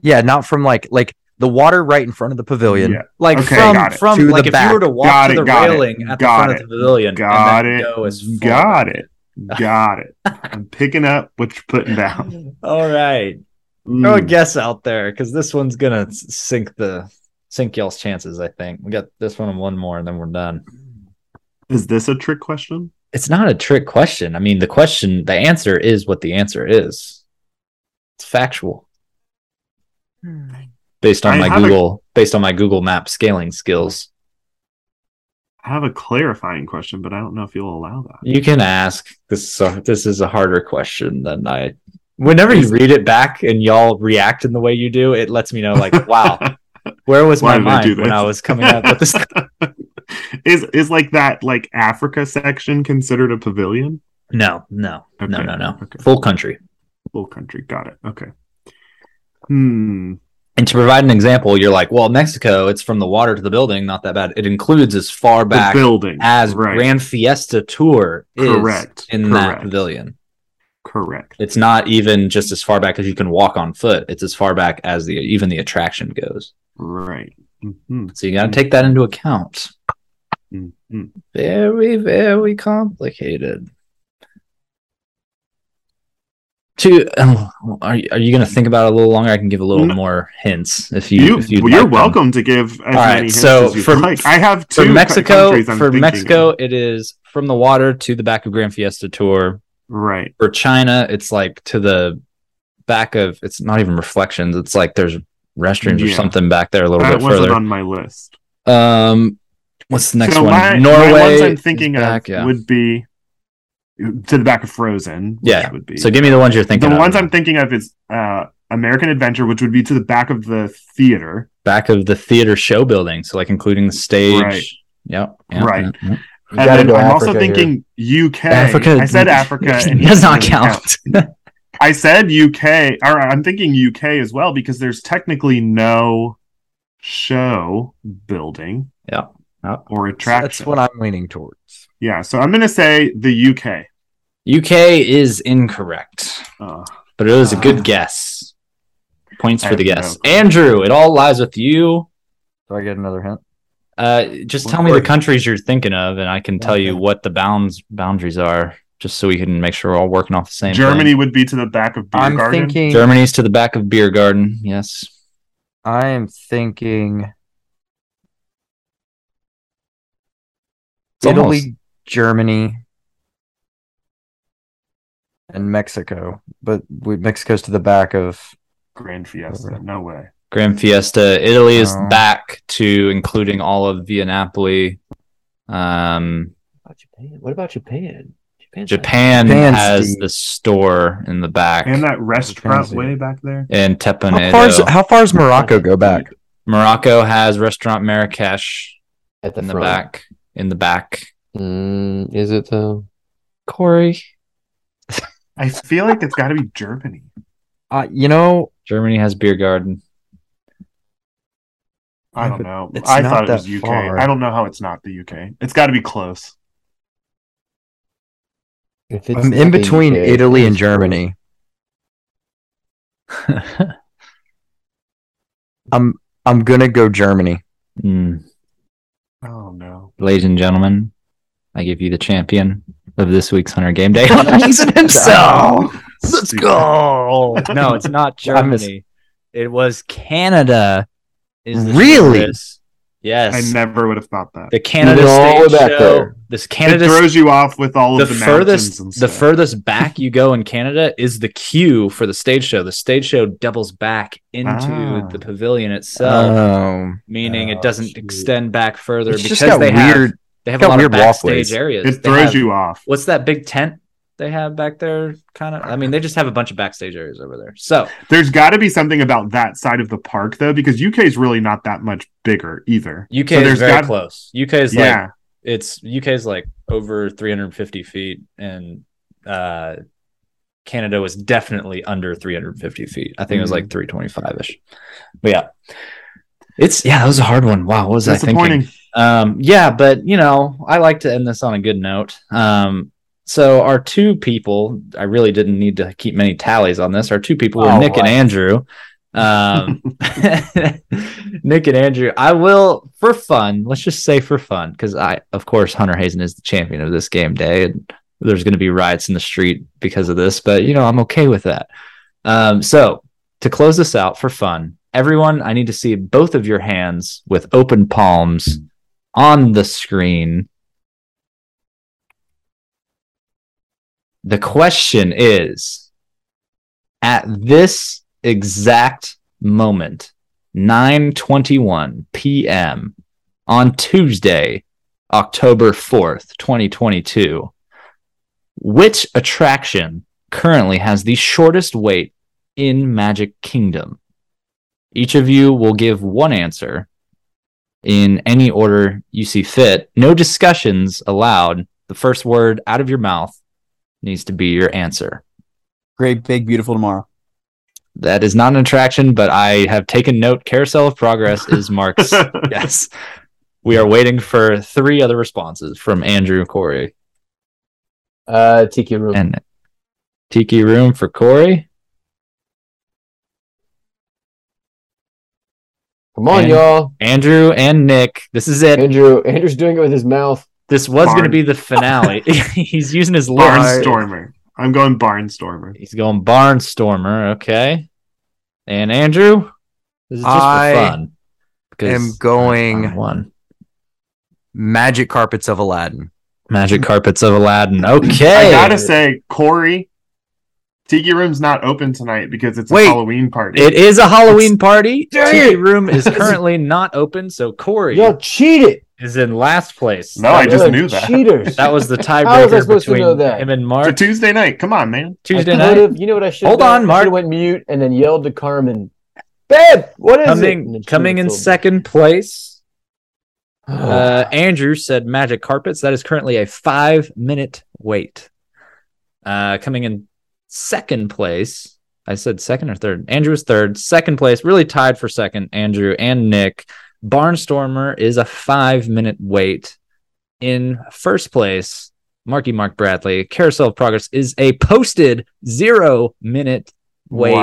Speaker 6: yeah, not from like like the water right in front of the pavilion.
Speaker 4: Yeah.
Speaker 2: like
Speaker 4: okay,
Speaker 2: from
Speaker 4: got it.
Speaker 2: Oh, from
Speaker 6: To the
Speaker 2: like if
Speaker 6: back.
Speaker 2: you were to walk
Speaker 4: Got
Speaker 2: to
Speaker 4: it,
Speaker 2: the
Speaker 4: got it,
Speaker 2: railing at the
Speaker 4: got
Speaker 2: front of
Speaker 4: it,
Speaker 2: the pavilion.
Speaker 4: got
Speaker 2: and then
Speaker 4: it,
Speaker 2: Go as far-
Speaker 4: Got it. Got it. I'm picking up what you're putting down.
Speaker 2: All right.
Speaker 4: Hmm.
Speaker 2: Throw a guess out there because this one's gonna s- sink the sink y'all's chances. I think we got this one and one more, and then we're done.
Speaker 4: Is this a trick question?
Speaker 2: It's not a trick question. I mean, the question, the answer is what the answer is. It's factual based on
Speaker 4: Hmm. I
Speaker 2: my
Speaker 4: have a-
Speaker 2: Google based on my Google Map scaling skills.
Speaker 4: I have a clarifying question, but I don't know if you'll allow that.
Speaker 2: You can ask. This is a, this is a harder question than I. Whenever you read it back and y'all react in the way you do, it lets me know like, wow, where was
Speaker 4: Why
Speaker 2: my
Speaker 4: did I do
Speaker 2: mind when
Speaker 4: this?
Speaker 2: I was coming up with this?
Speaker 4: is is like that like Africa section considered a pavilion?
Speaker 2: No, no, no,
Speaker 4: Okay,
Speaker 2: no, no.
Speaker 4: okay.
Speaker 2: Full country.
Speaker 4: Full country, got it. Okay. Hmm.
Speaker 2: And to provide an example, you're like, well, Mexico, it's from the water to the building, not that bad. It includes as far back
Speaker 4: the building
Speaker 2: as
Speaker 4: right.
Speaker 2: Grand Fiesta Tour is
Speaker 4: Correct,
Speaker 2: in that
Speaker 4: correct.
Speaker 2: pavilion.
Speaker 4: Correct.
Speaker 2: It's not even just as far back as you can walk on foot. It's as far back as the even the attraction goes.
Speaker 4: Right. hmm
Speaker 2: So you got to take that into account.
Speaker 4: hmm
Speaker 2: very very complicated to oh, are, you- are you going to think about it a little longer i can give a little
Speaker 4: No.
Speaker 2: more hints if you,
Speaker 4: You,
Speaker 2: if
Speaker 4: you
Speaker 2: you'd like
Speaker 4: are
Speaker 2: them.
Speaker 4: welcome to give as
Speaker 2: All right,
Speaker 4: many hints
Speaker 2: so
Speaker 4: as you
Speaker 2: for-
Speaker 4: like. I have two
Speaker 2: for
Speaker 4: cou-
Speaker 2: mexico
Speaker 4: countries I'm
Speaker 2: for
Speaker 4: thinking
Speaker 2: mexico
Speaker 4: of.
Speaker 2: it is from the water to the back of grand fiesta tour
Speaker 4: Right.
Speaker 2: for china it's like to the back of it's not even reflections it's like there's restrooms or
Speaker 4: Yeah.
Speaker 2: something back there a little
Speaker 4: That
Speaker 2: bit
Speaker 4: wasn't
Speaker 2: further
Speaker 4: on my list.
Speaker 2: um what's the next
Speaker 4: So
Speaker 2: one
Speaker 4: my-
Speaker 2: norway
Speaker 4: My ones I'm
Speaker 2: is
Speaker 4: thinking
Speaker 2: back,
Speaker 4: of
Speaker 2: yeah.
Speaker 4: would be to the back of Frozen. which
Speaker 2: Yeah,
Speaker 4: Would be.
Speaker 2: so give me the ones you're thinking
Speaker 4: the
Speaker 2: of.
Speaker 4: ones I'm thinking of is uh, American Adventure, which would be to the back of the theater.
Speaker 2: back of the theater show building, so like including the stage.
Speaker 4: Right.
Speaker 2: Yep. yep,
Speaker 4: Right.
Speaker 2: yep,
Speaker 5: We
Speaker 2: yep.
Speaker 4: And
Speaker 5: gotta
Speaker 4: then
Speaker 5: go
Speaker 4: I'm also
Speaker 5: Africa here.
Speaker 4: thinking UK.
Speaker 2: Africa
Speaker 4: I said Africa. and
Speaker 2: does not
Speaker 4: doesn't
Speaker 2: count.
Speaker 4: I said UK. All right, I'm thinking UK as well because there's technically no show building.
Speaker 2: Yeah, yeah.
Speaker 4: Or attraction.
Speaker 6: That's what I'm leaning towards.
Speaker 4: yeah. So I'm gonna say the UK.
Speaker 2: UK is incorrect,
Speaker 4: Uh,
Speaker 2: but it was a good guess. Points
Speaker 4: I
Speaker 2: for the
Speaker 4: have no
Speaker 2: guess.
Speaker 4: clue.
Speaker 2: Andrew, it all lies with you.
Speaker 6: Do I get another hint?
Speaker 2: Uh, just
Speaker 4: Well,
Speaker 2: tell me the
Speaker 4: great.
Speaker 2: countries you're thinking of, and I can tell you
Speaker 6: Okay.
Speaker 2: what the bounds boundaries are, just so we can make sure we're all working off the same. thing.
Speaker 4: Germany would be to the back of Beer
Speaker 6: I'm
Speaker 4: Garden.
Speaker 6: thinking.
Speaker 2: Germany's to the back of beer garden. Yes.
Speaker 6: I am thinking
Speaker 2: It's
Speaker 6: Italy,
Speaker 2: almost-
Speaker 6: Germany, and Mexico. But we, Mexico's to the back of.
Speaker 4: Grand Fiesta. No way.
Speaker 2: Grand Fiesta. Italy is
Speaker 6: Oh.
Speaker 2: back to including all of Via Napoli. Um,
Speaker 5: What about Japan? What about Japan? Japan's
Speaker 2: Japan
Speaker 6: Japan's
Speaker 2: has
Speaker 6: deep.
Speaker 2: the store in the back
Speaker 4: And
Speaker 2: and,
Speaker 4: that restaurant
Speaker 6: Fancy.
Speaker 4: way back there.
Speaker 6: How far, is,
Speaker 2: Tepanedo.
Speaker 6: how far does Morocco go back?
Speaker 2: Morocco has restaurant Marrakesh
Speaker 5: not at the
Speaker 2: in the
Speaker 5: front.
Speaker 2: back. In the back,
Speaker 5: Mm, is it though?
Speaker 2: Corey.
Speaker 4: I feel like it's got to be Germany.
Speaker 6: Uh, you know,
Speaker 2: Germany has beer garden.
Speaker 4: I
Speaker 6: Yeah,
Speaker 4: don't
Speaker 6: but
Speaker 4: know.
Speaker 6: it's
Speaker 4: I
Speaker 6: not
Speaker 4: thought it
Speaker 6: that
Speaker 4: was UK.
Speaker 6: far.
Speaker 4: I don't know how it's not the UK. It's got to be close.
Speaker 7: If it's
Speaker 6: I'm in
Speaker 7: the
Speaker 6: between
Speaker 7: UK,
Speaker 6: Italy and
Speaker 7: it's
Speaker 6: Germany. I'm I'm gonna go Germany.
Speaker 2: Mm.
Speaker 4: Oh no.
Speaker 2: Ladies and gentlemen, I give you the champion of this week's Hunter Game Day. Jason himself. Let's go. No, it's not
Speaker 6: I miss-
Speaker 2: Germany. It was Canada. Is the
Speaker 6: Really?
Speaker 2: shortest. Yes.
Speaker 4: I never would have thought that.
Speaker 2: the Canada
Speaker 7: Even all the way
Speaker 2: stage
Speaker 7: back
Speaker 2: show.
Speaker 7: there.
Speaker 2: This
Speaker 4: it
Speaker 2: Canada
Speaker 4: throws you off with all
Speaker 2: the
Speaker 4: of the mountains and
Speaker 2: furthest the
Speaker 4: stuff.
Speaker 2: furthest back you go in Canada is the queue for the stage show. The stage show doubles back into
Speaker 4: Ah.
Speaker 2: the pavilion itself,
Speaker 6: Um,
Speaker 2: meaning
Speaker 4: Oh,
Speaker 2: it doesn't
Speaker 4: shoot.
Speaker 2: extend back further
Speaker 6: it's
Speaker 2: because
Speaker 6: just got
Speaker 2: they
Speaker 6: weird.
Speaker 2: have they have
Speaker 6: got
Speaker 2: a lot
Speaker 6: weird
Speaker 2: of backstage
Speaker 6: walkways.
Speaker 2: areas.
Speaker 4: it
Speaker 2: They
Speaker 4: throws
Speaker 2: have-
Speaker 4: you off.
Speaker 2: What's that big tent they have back there? Kind of. I mean, they just have a bunch of backstage areas over there. So
Speaker 4: There's got to be something about that side of the park though, because UK is really not that much bigger either.
Speaker 2: UK
Speaker 4: So
Speaker 2: is
Speaker 4: there's
Speaker 2: very
Speaker 4: got-
Speaker 2: close. UK is like
Speaker 4: yeah,
Speaker 2: it's UK is like over 350 feet, and uh, Canada was definitely under 350 feet. I think it was like 325 ish. But yeah, it's yeah, that was a hard one. Wow, what was I thinking?
Speaker 4: disappointing.
Speaker 2: Um, yeah, but you know, I like to end this on a good note. Um, so our two people, I really didn't need to keep many tallies on this. Our two people were
Speaker 7: Oh,
Speaker 2: Nick and Andrew. Um, Nick and Andrew, I will for fun. Let's just say for fun, because I, of course, Hunter Hazen is the champion of this game day, and there's going to be riots in the street because of this. But you know, I'm okay with that. Um, so to close this out for fun, everyone, I need to see both of your hands with open palms on the screen. The question is at this exact moment, 9:21 p.m. on Tuesday, October 4th, 2022, which attraction currently has the shortest wait in Magic Kingdom? Each of you will give one answer in any order you see fit. No discussions allowed. The first word out of your mouth needs to be your answer.
Speaker 3: Great, big, beautiful tomorrow.
Speaker 2: That is not an attraction, but I have taken note. Carousel of Progress is Mark's. yes. We are waiting for three other responses from Andrew, Corey,
Speaker 7: Uh, Tiki Room.
Speaker 2: and Tiki Room for Corey.
Speaker 7: Come on,
Speaker 2: and-
Speaker 7: y'all.
Speaker 2: Andrew and Nick. This is it.
Speaker 7: Andrew. Andrew's doing it with his mouth.
Speaker 2: This was going to
Speaker 4: Barn.
Speaker 2: be the finale. He's using his lips.
Speaker 4: Barnstormer. I'm going Barnstormer.
Speaker 2: He's going Barnstormer. Okay. And Andrew, this is just
Speaker 6: I
Speaker 2: for fun.
Speaker 6: am going-
Speaker 2: I'm one
Speaker 6: magic carpets of Aladdin.
Speaker 2: magic carpets of Aladdin. Okay.
Speaker 4: I gotta say, Corey, Tiki Room's not open tonight because it's a
Speaker 2: Wait.
Speaker 4: Halloween party.
Speaker 2: it is a Halloween party.
Speaker 7: Dang
Speaker 2: Tiki
Speaker 7: it!
Speaker 2: Room is currently not open, so Corey
Speaker 7: Y'all cheated.
Speaker 2: is in last place.
Speaker 4: no, I
Speaker 7: Y'all
Speaker 4: just
Speaker 7: are
Speaker 4: knew that.
Speaker 7: Cheaters.
Speaker 2: That was the
Speaker 7: How was I
Speaker 2: tiebreaker
Speaker 7: supposed to
Speaker 2: between
Speaker 7: know that?
Speaker 2: him and
Speaker 4: It's a
Speaker 2: Mark
Speaker 4: Tuesday night. Come on, man.
Speaker 2: Tuesday
Speaker 7: I
Speaker 2: night.
Speaker 7: could've- You know what I should
Speaker 2: Hold on, Mark.
Speaker 7: I should've went mute and then yelled to Carmen. Babe, what is it? And
Speaker 2: Coming
Speaker 7: then she
Speaker 2: coming in
Speaker 7: told me.
Speaker 2: second place
Speaker 7: Oh.
Speaker 2: Uh, Andrew said magic carpets. That is currently a five minute wait. Uh, coming in second place. I said second or third. Andrew was third. Second place, really tied for second. Andrew and Nick. Barnstormer is a five minute wait. In first place, Marky Mark Bradley. Carousel of Progress is a posted zero minute wait.
Speaker 4: Wow.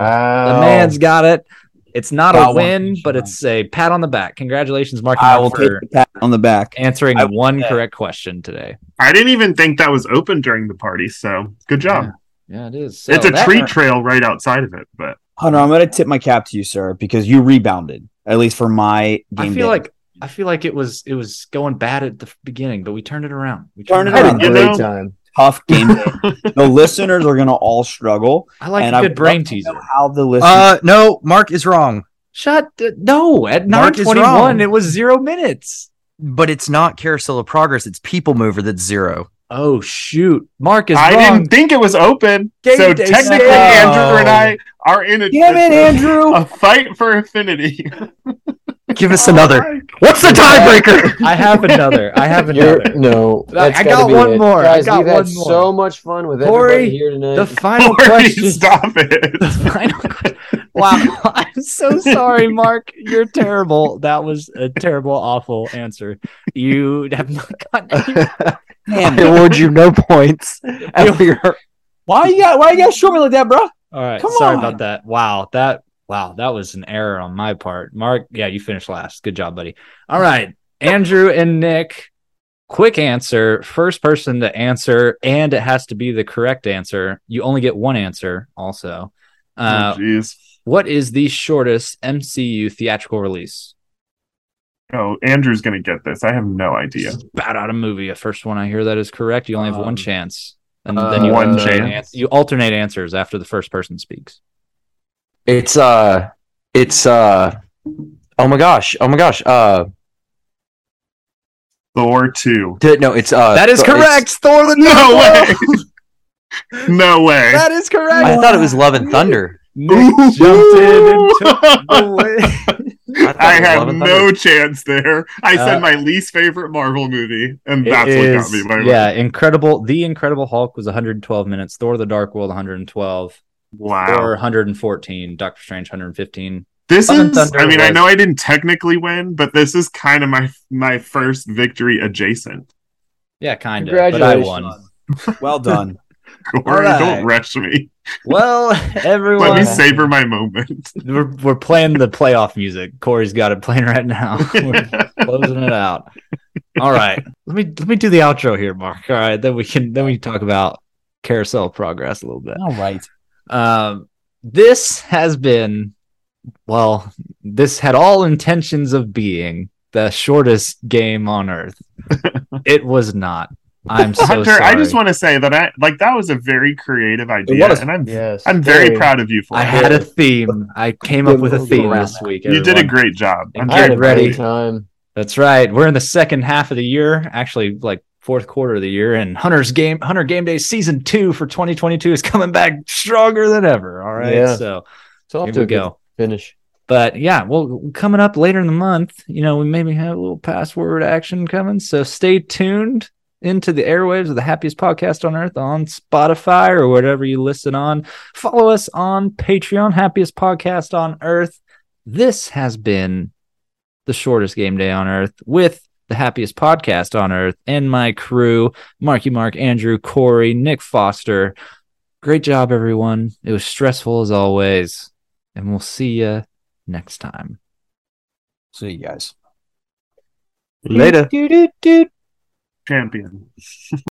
Speaker 7: wow.
Speaker 3: Oh.
Speaker 2: The man's got it. It's not
Speaker 3: Got
Speaker 2: a
Speaker 3: one.
Speaker 2: win, but it's a pat on the back. Congratulations, Marky
Speaker 3: I
Speaker 2: Mark.
Speaker 3: will
Speaker 2: for-
Speaker 3: take the pat on the back.
Speaker 2: answering
Speaker 3: I-
Speaker 2: one correct question today.
Speaker 4: I didn't even think that was open during the party, so good job.
Speaker 2: Yeah, Oh, it is.
Speaker 4: it's a treat trail right outside of it, but
Speaker 3: Hunter, I'm going to tip my cap to you, sir, because you rebounded, at least for my game.
Speaker 2: I feel
Speaker 3: day.
Speaker 2: like I feel like it was it was going bad at the beginning, but we turned it around. We
Speaker 3: Turned it
Speaker 7: I had
Speaker 3: around.
Speaker 7: a
Speaker 4: You
Speaker 7: great
Speaker 4: know?
Speaker 7: time.
Speaker 3: tough game. day. the listeners are going to all struggle.
Speaker 2: I like
Speaker 3: and
Speaker 2: a
Speaker 3: I
Speaker 2: good
Speaker 3: would
Speaker 2: brain
Speaker 3: love to know
Speaker 2: teaser.
Speaker 3: How the listeners?
Speaker 6: Uh, no, Mark is wrong,
Speaker 2: Shut the- no at nine
Speaker 6: Mark is
Speaker 2: twenty
Speaker 6: wrong.
Speaker 2: one. It was zero minutes.
Speaker 6: but it's not Carousel of Progress. It's People Mover that's zero.
Speaker 2: Oh shoot, Mark is
Speaker 4: I
Speaker 2: wrong.
Speaker 4: didn't think it was open.
Speaker 2: Game
Speaker 4: so
Speaker 2: day
Speaker 4: technically,
Speaker 2: sale.
Speaker 4: Andrew and I are in a,
Speaker 3: Damn it, Andrew!
Speaker 4: a fight for affinity.
Speaker 6: Give us another. What's the tiebreaker?
Speaker 2: I have another. I have
Speaker 7: You're,
Speaker 2: another.
Speaker 7: no, that's
Speaker 2: I
Speaker 7: gotta
Speaker 2: got
Speaker 7: be
Speaker 2: one
Speaker 7: it.
Speaker 2: more. I
Speaker 7: Guys,
Speaker 2: got
Speaker 7: we've had
Speaker 2: one more.
Speaker 7: so much fun with
Speaker 2: Corey,
Speaker 7: everybody here tonight.
Speaker 2: The final
Speaker 4: Corey,
Speaker 2: question. Uh,
Speaker 4: stop it.
Speaker 2: The final question. Wow, I'm so sorry, Mark. You're terrible. That was a terrible, awful answer. You have not gotten any I award you no points. after your-
Speaker 3: Why you got? Why you got to show me like that, bro?
Speaker 2: All right.
Speaker 3: Come
Speaker 2: sorry
Speaker 3: on.
Speaker 2: about that. Wow. That wow, that was an error on my part. Mark, yeah, you finished last. Good job, buddy. All right. Andrew and Nick, quick answer. First person to answer, and it has to be the correct answer. You only get one answer also. Uh,
Speaker 4: oh, jeez.
Speaker 2: what is the shortest MCU theatrical release?
Speaker 4: Oh, Andrew's gonna get this. I have no idea.
Speaker 2: About out of movie. A first one I hear that is correct. You only have one
Speaker 7: Um, uh,
Speaker 2: chance. And then you
Speaker 4: one
Speaker 2: alternate
Speaker 4: chance.
Speaker 2: ans- you alternate answers after the first person speaks.
Speaker 7: It's uh it's uh oh my gosh. Oh my gosh. Uh
Speaker 4: Thor two.
Speaker 7: d- no, it's uh
Speaker 2: that is
Speaker 7: Thor- it's-
Speaker 2: correct. Thor the
Speaker 4: No way. no way.
Speaker 2: That is correct.
Speaker 7: I thought it was Love and Thunder.
Speaker 2: Nick jumped in and took the win.
Speaker 7: I, thought
Speaker 4: I
Speaker 7: it was
Speaker 4: had
Speaker 7: Love and
Speaker 4: no chance there. I
Speaker 2: Uh,
Speaker 4: said my least favorite Marvel movie, and
Speaker 2: It
Speaker 4: that's
Speaker 2: is-
Speaker 4: what got me. My
Speaker 2: yeah, incredible. The Incredible Hulk was 112 minutes. Thor: The Dark World 112.
Speaker 4: Wow.
Speaker 2: Or 114. Doctor Strange 115.
Speaker 4: This
Speaker 2: Love and
Speaker 4: is.
Speaker 2: Thunder
Speaker 4: I mean, I
Speaker 2: was-
Speaker 4: know I didn't technically win, but this is kind of my my first victory adjacent.
Speaker 2: Yeah, kind of. But I won.
Speaker 3: Well done.
Speaker 4: Corey,
Speaker 2: right.
Speaker 4: Don't rush me.
Speaker 2: Well,
Speaker 4: Let
Speaker 2: everyone,
Speaker 4: me savor my moment.
Speaker 2: we're, we're playing the playoff music. Corey's got it playing right now. We're closing it out. All right, let me let me do the outro here, Mark. All right, then we can then we can talk about carousel progress a little bit.
Speaker 3: All right.
Speaker 2: Um, this has been, well, this had all intentions of being the shortest game on earth. it was not. I'm so
Speaker 4: Hunter,
Speaker 2: sorry.
Speaker 4: I just want to say that I like that was a very creative idea,
Speaker 3: was.
Speaker 4: and I'm
Speaker 5: Yes.
Speaker 4: I'm very proud of you for
Speaker 2: I
Speaker 4: it.
Speaker 2: had a theme. I came up with a theme
Speaker 3: around
Speaker 2: this week.
Speaker 4: you did a
Speaker 2: everyone.
Speaker 4: great job. I'm
Speaker 2: I had a
Speaker 4: very proud of
Speaker 2: great
Speaker 4: you.
Speaker 5: time.
Speaker 2: That's right. We're in the second half of the year, actually, like fourth quarter of the year, and Hunter's game, Hunter Game Day season two for 2022 is coming back stronger than ever. All right,
Speaker 5: Yeah.
Speaker 2: so
Speaker 5: So off
Speaker 2: here
Speaker 5: to
Speaker 2: we
Speaker 5: a good
Speaker 2: go.
Speaker 5: finish.
Speaker 2: but yeah, well, coming up later in the month, you know, we maybe have a little password action coming. So stay tuned into the airwaves of the happiest podcast on earth on Spotify or whatever you listen on. Follow us on Patreon, happiest podcast on earth. This has been the shortest game day on earth with the happiest podcast on earth and my crew, Marky Mark, Andrew, Corey, Nick Foster. Great job, everyone. It was stressful as always. And we'll see you next time.
Speaker 3: See you guys.
Speaker 6: Thunder. Later.
Speaker 4: Champion.